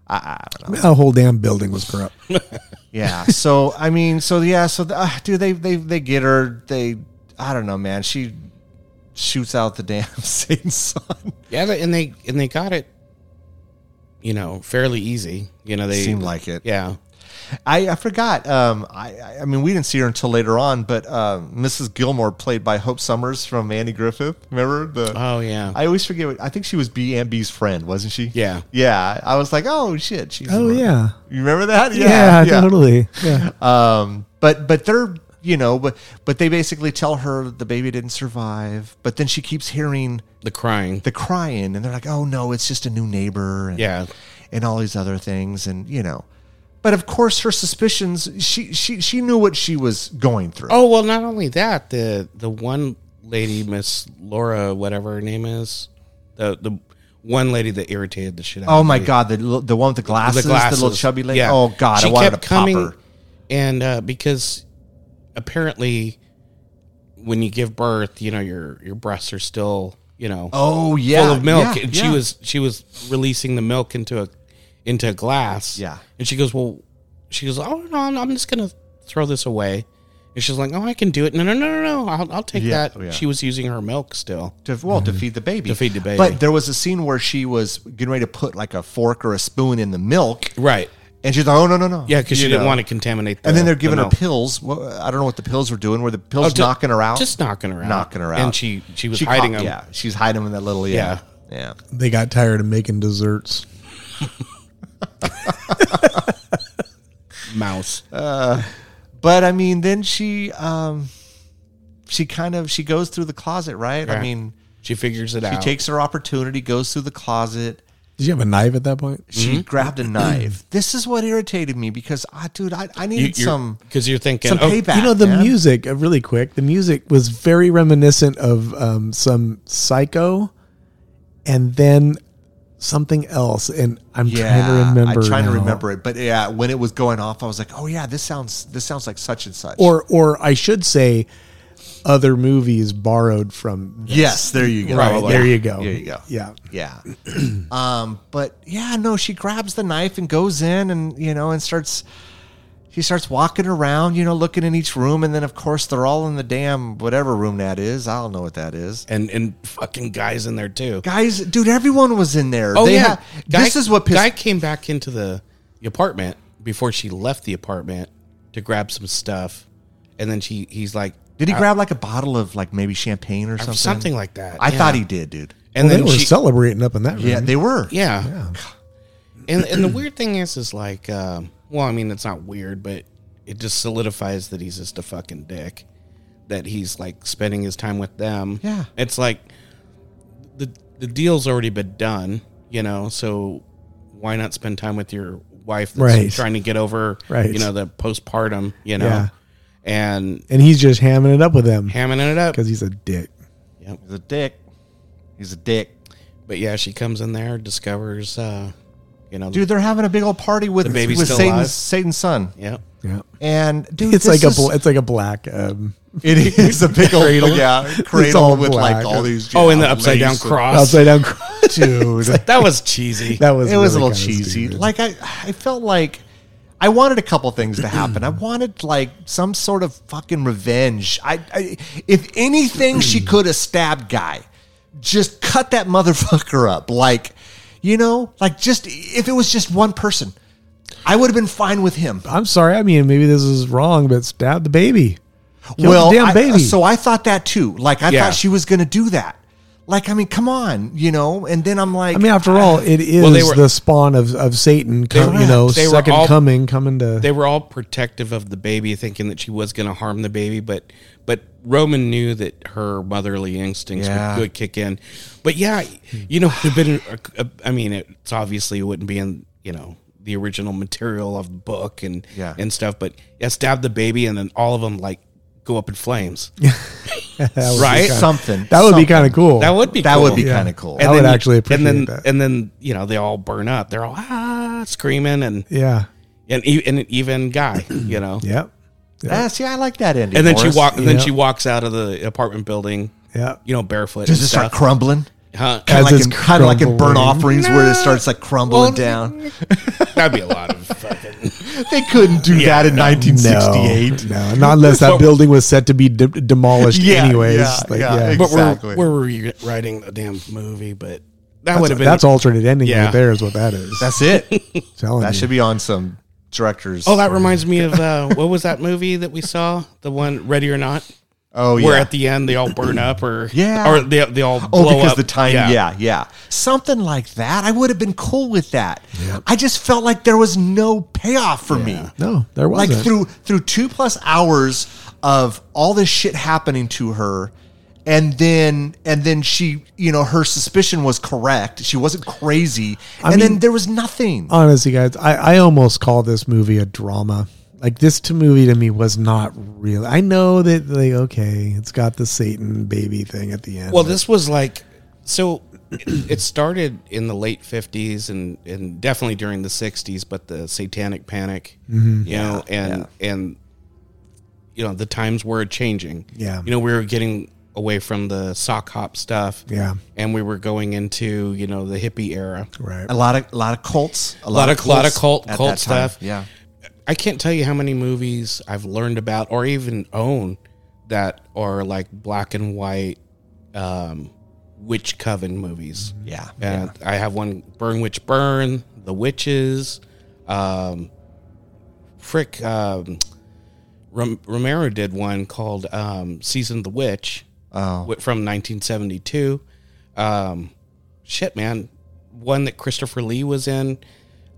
S2: I, I don't know.
S3: The whole damn building was corrupt.
S2: [LAUGHS] Yeah. So I mean, so yeah. So uh, dude, they they they get her. They I don't know, man. She shoots out the damn [LAUGHS] Satan's son.
S4: Yeah, they- and they and they got it, you know, fairly easy. You know, they
S2: Seemed like it.
S4: Yeah,
S2: I, I forgot. Um, I I- I mean, we didn't see her until later on, but um, Mrs. Gilmore, played by Hope Summers from Andy Griffith. Remember the?
S4: Oh, yeah.
S2: I always forget. What, I think she was B and B's friend, wasn't she?
S4: Yeah.
S2: Yeah. I was like, oh shit. She's
S3: Oh, yeah.
S2: You remember that?
S3: Yeah, totally. Yeah.
S2: Um, but but they're you know, but but they basically tell her the baby didn't survive. But then she keeps hearing
S4: the crying.
S2: the crying, and they're like, oh no, it's just a new neighbor. And,
S4: Yeah.
S2: and all these other things, and you know. But of course, her suspicions. She she she knew what she was going through.
S4: Oh well, not only that, the the one lady, Miss Laura, whatever her name is, the the one lady that irritated the shit out.
S2: Oh
S4: of
S2: my
S4: me.
S2: god, the l- the one with the glasses, the, little chubby lady.
S4: Yeah.
S2: Oh god,
S4: She
S2: I wanted
S4: kept
S2: to
S4: coming,
S2: pop her.
S4: And uh, because apparently, when you give birth, you know your your breasts are still you know
S2: Oh yeah,
S4: full of milk,
S2: yeah,
S4: and she
S2: yeah.
S4: was she was releasing the milk into a into a glass.
S2: Yeah.
S4: and she goes, well, she goes, oh no, no, I'm just gonna throw this away. And she's like, oh, I can do it. No, no, no, no, no. I'll, I'll take
S2: Yeah, oh,
S4: that.
S2: yeah.
S4: She was using her milk still.
S2: to well to feed the baby.
S4: Mm-hmm. To feed the baby.
S2: But there was a scene where she was getting ready to put like a fork or a spoon in the milk,
S4: Right.
S2: and she's like, "Oh no, no, no!"
S4: Yeah, because she
S2: You
S4: didn't
S2: know.
S4: want to contaminate. The,
S2: And then they're
S4: the
S2: giving her
S4: milk.
S2: pills. Well, I don't know what the pills were doing. Were the pills
S4: ju-
S2: knocking her out?
S4: Just knocking her out.
S2: knocking her out.
S4: And she she was hiding
S2: caught-
S4: them.
S2: Yeah, she's hiding them in that little yeah yeah.
S3: They got tired of making desserts.
S4: Mouse.
S2: Uh, But I mean, then she um she kind of she goes through the closet, right? I
S4: Right.
S2: mean,
S4: she figures it
S2: she
S4: out.
S2: takes her opportunity, goes through the closet.
S3: Did you have a knife at that point?
S2: She
S4: Mm-hmm.
S2: grabbed a
S4: [CLEARS THROAT]
S2: knife. This is what irritated me because I, dude, I, I needed some
S4: because you're thinking
S2: some
S4: oh,
S2: payback.
S3: you know the
S2: man.
S3: music. Uh, really quick, the music was very reminiscent of um, some Psycho, and then something else. And I'm trying to remember.
S2: I'm trying to
S3: now.
S2: remember it, but yeah, when it was going off, I was like, oh yeah, this sounds this sounds like such and such.
S3: Or, or I should say, other movies borrowed from. This.
S2: yes, there you go.
S3: Right,
S2: Yeah.
S3: there you go.
S2: There you go.
S3: Yeah.
S2: Yeah. [CLEARS THROAT] um, but yeah, no, she grabs the knife and goes in and, you know, and starts, she starts walking around, you know, looking in each room. And then, of course, they're all in the damn whatever room that is. I don't know what that is.
S4: and and fucking guys in there too.
S2: Guys, dude, everyone was in there.
S4: Oh
S2: They
S4: yeah,
S2: ha-
S4: Guy-
S2: this is what pissed
S4: guy came back into the, the apartment before she left the apartment to grab some stuff, and then she he's like
S2: Did he grab like a bottle of like maybe champagne or something?
S4: something, like that.
S2: I
S4: yeah.
S2: thought he did, dude.
S4: and
S3: well,
S4: then
S3: they were
S4: she,
S3: celebrating up in that room.
S2: Yeah, they were.
S4: yeah. and and the weird thing is is like um, well I mean it's not weird but it just solidifies that he's just a fucking dick that he's like spending his time with them
S2: Yeah.
S4: it's like the the deal's already been done you know so why not spend time with your wife that's
S3: Right.
S4: trying to get over
S3: Right.
S4: you know the postpartum you know
S3: Yeah.
S4: and
S3: and he's just hamming it up with them
S4: hamming it up
S3: because he's a dick.
S2: He's a dick. He's a dick.
S4: but yeah she comes in there discovers uh you know
S2: Dude, they're having a big old party with,
S4: The baby's
S2: with
S4: still
S2: Satan's,
S4: alive.
S2: Satan's son.
S4: yeah
S3: Yeah,
S2: And dude,
S3: it's
S2: this
S3: like a
S2: is-
S3: bl- it's like a black. Um,
S2: It is a
S3: [LAUGHS]
S2: big old cradle, yeah, cradle
S3: all
S2: with
S3: black.
S2: like all these.
S4: oh and the
S2: yeah,
S4: upside down
S2: lace and-
S4: cross
S3: upside [LAUGHS] down.
S2: dude.
S4: that was cheesy
S3: that was
S2: it was a
S3: really
S2: little
S3: kinda
S2: cheesy.
S3: stupid.
S2: Like I, I felt like I wanted a couple things to happen. I wanted like some sort of fucking revenge. I, I if anything, she could have stabbed guy. Just cut that motherfucker up, like you know, like just if it was just one person, I would have been fine with him.
S3: I'm sorry. I mean, maybe this is wrong, but stab the baby. Kill the
S4: uh,
S3: damn
S2: I-
S3: baby.
S2: so I thought that too. Like I
S4: Yeah.
S2: thought she was going to do that. Like I mean, come on, you know. And then I'm like,
S3: I mean, after all, it is
S4: [SIGHS] Well, they were-
S3: the spawn of, of Satan, come, you know,
S4: [LAUGHS] They were
S3: second
S4: all-
S3: coming, coming to.
S4: they were all protective of the baby, thinking that she was going to harm the baby. But but Roman knew that her motherly instincts
S2: Yeah.
S4: would, would kick in. But yeah, you know, there've been. a- a- I mean, it's obviously it wouldn't be in you know the original material of the book and
S2: Yeah.
S4: and stuff. But yeah, stabbed the baby, and then all of them like go up in flames.
S3: [LAUGHS] That would be
S4: Right?
S3: kinda-
S2: Something.
S3: that would be
S2: something.
S3: kind of cool.
S4: That would be
S2: That
S4: cool.
S2: would be
S3: Yeah.
S2: kind of cool.
S3: I would actually appreciate
S4: and then,
S3: that.
S4: And then you know they all burn up. They're all ah screaming and
S3: yeah.
S4: and, e- and
S2: [CLEARS THROAT]
S4: even guy you know.
S3: Yep.
S2: Ah, see, I like that ending.
S4: And then she
S2: Morris.
S4: walk. And then
S3: Yeah.
S4: she walks out of the apartment building.
S3: Yeah.
S4: You know, barefoot.
S2: Does
S4: and
S2: it start
S4: stuff.
S2: crumbling?
S4: Huh?
S3: As
S2: Kind of like,
S3: it's
S2: in, kind of like in burnt
S3: crumbling.
S2: offerings where it starts like crumbling down.
S4: That'd be a lot
S2: [LAUGHS]
S4: of fucking.
S2: They couldn't do that in 1968.
S3: No, no, not unless
S4: [LAUGHS]
S3: that building was set to be de- demolished
S2: Yeah,
S3: anyways.
S2: yeah,
S3: like,
S2: yeah,
S3: yeah.
S4: But
S2: Exactly.
S4: we're, we're rewriting the damn movie, but that would
S3: That's,
S4: have been
S3: that's alternate ending
S4: Yeah.
S3: right there is what that is.
S2: That's it.
S3: telling [LAUGHS]
S2: That
S3: you.
S2: should be on some directors.
S4: Oh, that reminds
S2: [LAUGHS]
S4: me of uh, what was that movie that we saw? The one Ready or Not,
S2: oh yeah.
S4: where at the end they all burn up, or
S2: Yeah.
S4: or they they all
S2: Oh,
S4: blow
S2: because
S4: up.
S2: the time, yeah. yeah, something like that. I would have been cool with that. I just felt like there was no payoff for me.
S3: no, there
S2: like
S3: wasn't.
S2: through through two plus hours of all this shit happening to her, and then and then she, you know, her suspicion was correct. She wasn't crazy, and then there was nothing.
S3: Honestly, guys, I, I almost call this movie a drama. Like this to movie to me was not real. I know that like okay, it's got the Satan baby thing at the end.
S4: Well, this was like so. It started in the late fifties and and definitely during the sixties, but the Satanic Panic,
S3: Mm-hmm.
S4: you know, and and you know the times were changing.
S3: Yeah.
S4: you know we were getting away from the sock hop stuff.
S3: Yeah.
S4: and we were going into you know the hippie era.
S3: right.
S2: a lot of a lot of cults, a
S4: lot of- lot of cult-
S2: at
S4: cult
S2: that time.
S4: stuff.
S2: Yeah,
S4: I can't tell you how many movies I've learned about or even own that are like black and white um, witch coven movies.
S2: yeah,
S4: And I have one Burn Witch Burn, The Witches, um, Frick um, Rom- Romero did one called um, Season of the Witch
S2: Oh.
S4: wi- from 1972. Um, shit, man. One that Christopher Lee was in.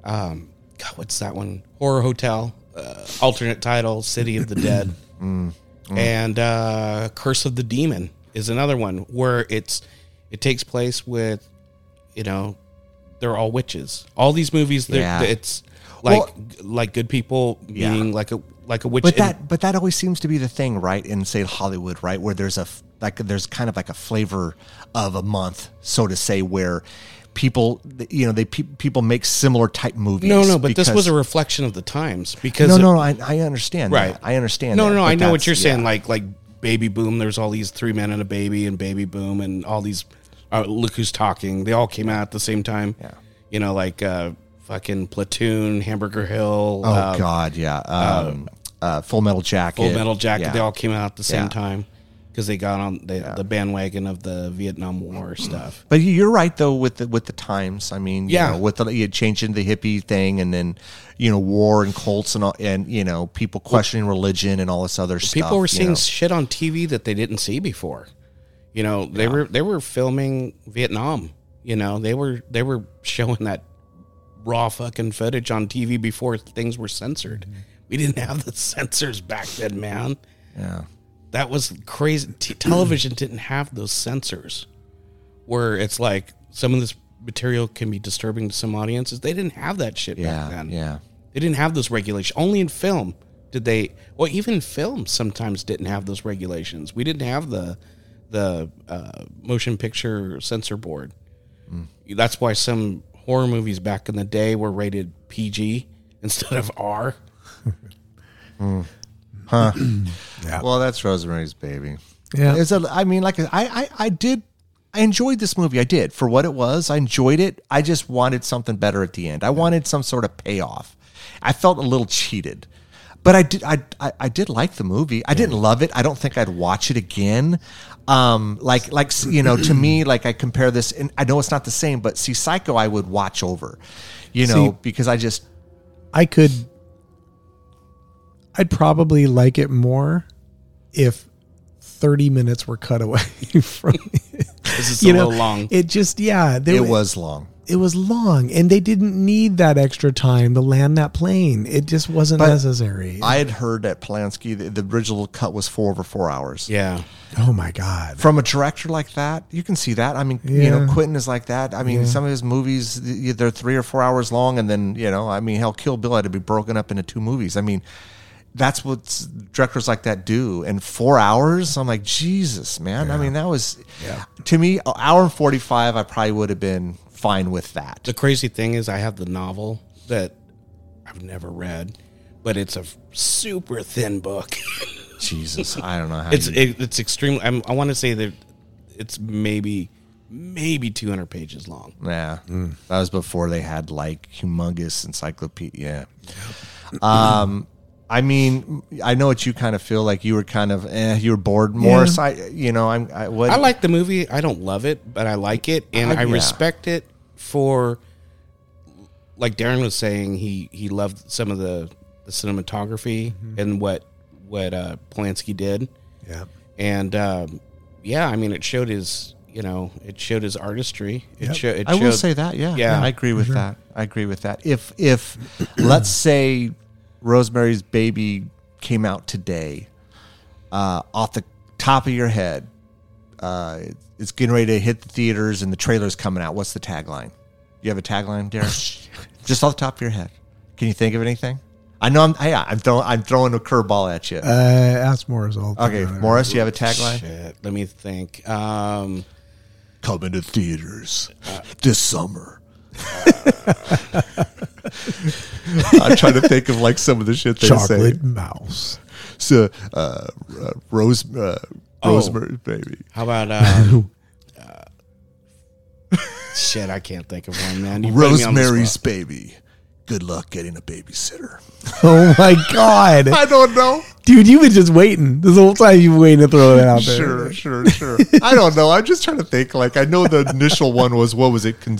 S4: Um, God, what's that one? Horror Hotel, uh, alternate title, City
S2: [CLEARS THROAT]
S4: of the Dead.
S2: Mm,
S4: And uh, Curse of the Demon is another one where it's it takes place with you know they're all witches. All these movies, they're,
S2: Yeah.
S4: it's like
S2: Well-
S4: like good people meaning like a like a witch.
S2: But
S4: in-
S2: that but that always seems to be the thing, right? In say Hollywood, right, where there's a f- like there's kind of like a flavor of a month, so to say, where people you know they pe- people make similar type movies.
S4: no, no, but this was
S2: because-
S4: a reflection of the times because
S2: no,
S4: it-
S2: no, no. I, I understand.
S4: right.
S2: that. I understand.
S4: No,
S2: that,
S4: no, no.
S2: but
S4: I know what
S2: that's-
S4: you're saying.
S2: yeah.
S4: Like like baby boom. There's all these three men and a baby and baby boom and all these. Uh, look who's talking. They all came out at the same time.
S2: Yeah.
S4: You know, like uh, fucking platoon, Hamburger Hill,
S2: oh
S4: uh,
S2: God, yeah. Um, uh, Full Metal Jacket,
S4: Full Metal Jacket.
S2: yeah.
S4: They all came out at the same
S2: Yeah.
S4: time because they got on the, the bandwagon of the Vietnam War stuff.
S2: But you- you're right though with the with the times. I mean, you
S4: Yeah.
S2: know, with the you change into the hippie thing, and then you know war and cults and all, and you know people questioning religion and all this other stuff.
S4: people were
S2: you
S4: seeing
S2: know.
S4: shit on TV that they didn't see before. You know, they were they were filming Vietnam. You know, they were they were showing that raw fucking footage on TV before things were censored. We didn't have the [LAUGHS] censors back then, man.
S2: Yeah.
S4: That was crazy. T- television didn't have those censors where it's like some of this material can be disturbing to some audiences. They didn't have that shit
S2: Yeah,
S4: back then.
S2: yeah.
S4: They didn't have those regulations. Only in film did they. Well, even film sometimes didn't have those regulations. We didn't have the the uh, motion picture censor board. That's why some horror movies back in the day were rated PG [LAUGHS] instead of R.
S2: Well, that's Rosemary's Baby.
S3: Yeah.
S2: It's a. I mean, like I, I, I did. I enjoyed this movie. I did for what it was. I enjoyed it. I just wanted something better at the end. I wanted some sort of payoff. I felt a little cheated, but I did. I I, I did like the movie. I didn't love it. I don't think I'd watch it again. Um, like like you know, to
S3: [CLEARS THROAT]
S2: me, like I compare this, and I know it's not the same, but see, Psycho, I would watch over, you know,
S3: See-
S2: because I just
S3: I could I'd probably like it more if 30 minutes were cut away [LAUGHS] from it.
S4: This is a
S3: You know,
S4: little long.
S3: it just yeah, there
S2: it
S3: was
S2: was long.
S3: it was long and they didn't need that extra time to land that plane. It just wasn't
S2: But
S3: necessary.
S2: I had heard at Polanski the, the original cut was four over four hours.
S4: yeah.
S3: oh my god.
S2: From a director like that, you can see that. I mean, you know,
S3: Yeah.
S2: Quentin is like that. I mean, some of his movies th- they're three or four hours long, and then you know, I mean, hell, Kill Bill had to be broken up into two movies. I mean, that's what s- directors like that do. And four hours, I'm like, Jesus, man. I mean, that was to me, an hour and 45, I probably would have been fine with that.
S4: The crazy thing is, I have the novel that I've never read, but it's a f- super thin book. [LAUGHS]
S2: Jesus, I don't know how.
S4: it's
S2: you-
S4: it, it's extremely. I'm, I want to say that it's maybe maybe 200 pages long.
S2: Yeah,
S4: Mm.
S2: that was before they had like humongous encyclopedia. Yeah. Um, I mean, I know what you kind of feel like. You were kind of, eh, you were bored. Morris, I, you know, I'm, I, what,
S4: I like the movie. I don't love it, but I like it, and
S2: I-
S4: I,
S2: yeah.
S4: respect it for. Like Darren was saying, he he loved some of the, the cinematography
S2: Mm-hmm.
S4: and what what uh, Polanski did,
S3: Yeah.
S4: and um, yeah, I mean, it showed his you know it showed his artistry. It, showed. it
S2: I will
S4: showed-
S2: say that. Yeah,
S4: Yeah.
S2: I agree with that. I agree with that. If if [CLEARS THROAT] let's say Rosemary's Baby came out today, uh, off the top of your head, uh, it's getting ready to hit the theaters and the trailer's coming out. What's the tagline? You have a tagline, Darren? Just off the top of your head, can you think of anything? I know I'm. Yeah, I'm throwing. I'm throwing a curveball at you.
S3: Uh, ask Morris. I'll
S2: okay, Morris, you have a tagline.
S4: Shit, let me think. Um,
S2: coming to theaters this summer. [LAUGHS] I'm trying to think of like some of the shit they
S3: Chocolate mouse. [LAUGHS]
S2: say. So, uh, uh, Rose, uh,
S4: Oh.
S2: Rosemary, baby. [LAUGHS]
S4: how about um, uh, [LAUGHS] shit? I can't think of one, man. You put me on the spot.
S2: Rosemary's baby. Good luck getting a babysitter.
S3: Oh my
S2: [LAUGHS]
S3: god,
S2: I don't know.
S3: dude! You've been just waiting this whole time. You've been waiting to throw it out
S2: Sure,
S3: there.
S2: sure, sure. I don't know. I'm just trying to think. Like, I know the initial one was what was it? Con-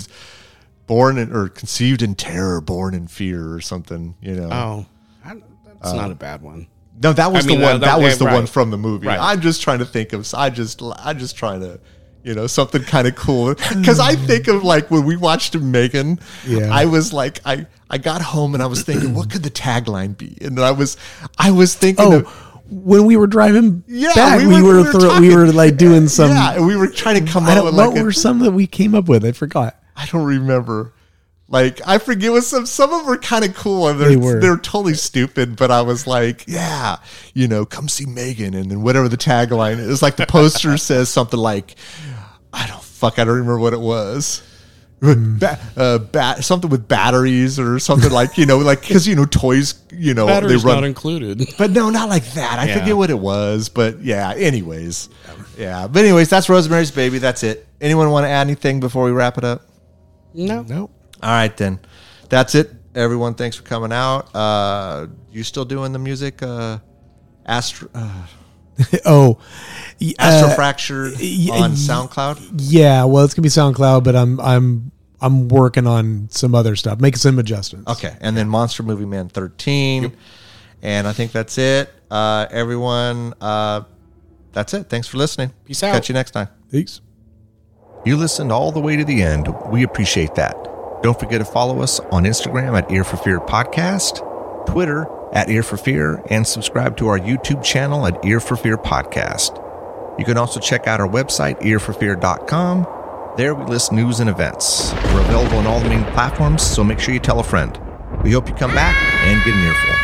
S2: born in, or conceived in terror, born in fear, or something. You know.
S4: Oh, I, that's
S2: Uh,
S4: not a bad one.
S2: No, that was
S4: I mean,
S2: the one.
S4: that-
S2: That,
S4: that-
S2: was
S4: yeah,
S2: the
S4: right.
S2: one from the movie.
S4: Right.
S2: I'm just trying to think of. I just. I'm just trying to. You know, something kind of cool. Because I think of like when we watched Megan.
S3: Mm. Yeah.
S2: I was like, I I got home and I was thinking, what could the tagline be? And then I was, I was thinking.
S3: Oh,
S2: of,
S3: when we were driving
S2: Yeah,
S3: back,
S2: we were-
S3: we, were
S2: we
S3: we
S2: were
S3: were, throw, we
S2: talking-
S3: were like doing
S2: [LAUGHS]
S3: some.
S2: yeah, and we were trying to come
S3: I
S2: up
S3: don't,
S2: with
S3: what
S2: like.
S3: were
S2: A,
S3: some that we came up with? I forgot.
S2: I don't remember. Like I forget what some some of them were kind of cool and they're,
S3: They
S2: they
S3: were.
S2: are totally stupid, but I was like, yeah, you know, come see Megan and then whatever the tagline is. Like the
S3: [LAUGHS]
S2: poster says something like, I don't fuck, I don't remember what it was.
S3: Hmm.
S2: Ba- uh, bat, something with batteries or something like you know, like because you know toys, you know
S4: Battery's
S2: they run
S4: not included.
S2: but no, not like that. I
S4: Yeah.
S2: forget what it was, but yeah. Anyways, yeah. But anyways, that's Rosemary's Baby. That's it. Anyone want to add anything before we wrap it up?
S4: No,
S3: Nope.
S2: All right, then. That's it. Everyone, thanks for coming out. Uh, you still doing the music? Uh, Astro, uh,
S3: Oh, y- uh,
S2: Astrofracture
S3: y-
S2: on
S3: y-
S2: SoundCloud.
S3: yeah. Well, it's gonna be SoundCloud, but I'm I'm I'm working on some other stuff, making some adjustments.
S2: Okay, and then Monster Movie Man thirteen, and I think that's it. Uh, everyone, uh, that's it. Thanks for listening.
S4: Peace out.
S2: Catch you next time.
S3: Thanks.
S2: You listened all the way to the end. We appreciate that. Don't forget to follow us on Instagram at Ear for Fear Podcast, Twitter at Ear for Fear, and subscribe to our YouTube channel at Ear for Fear Podcast. You can also check out our website, earforfear.com. There we list news and events. We're available on all the main platforms, so make sure you tell a friend. We hope you come back and get an earful.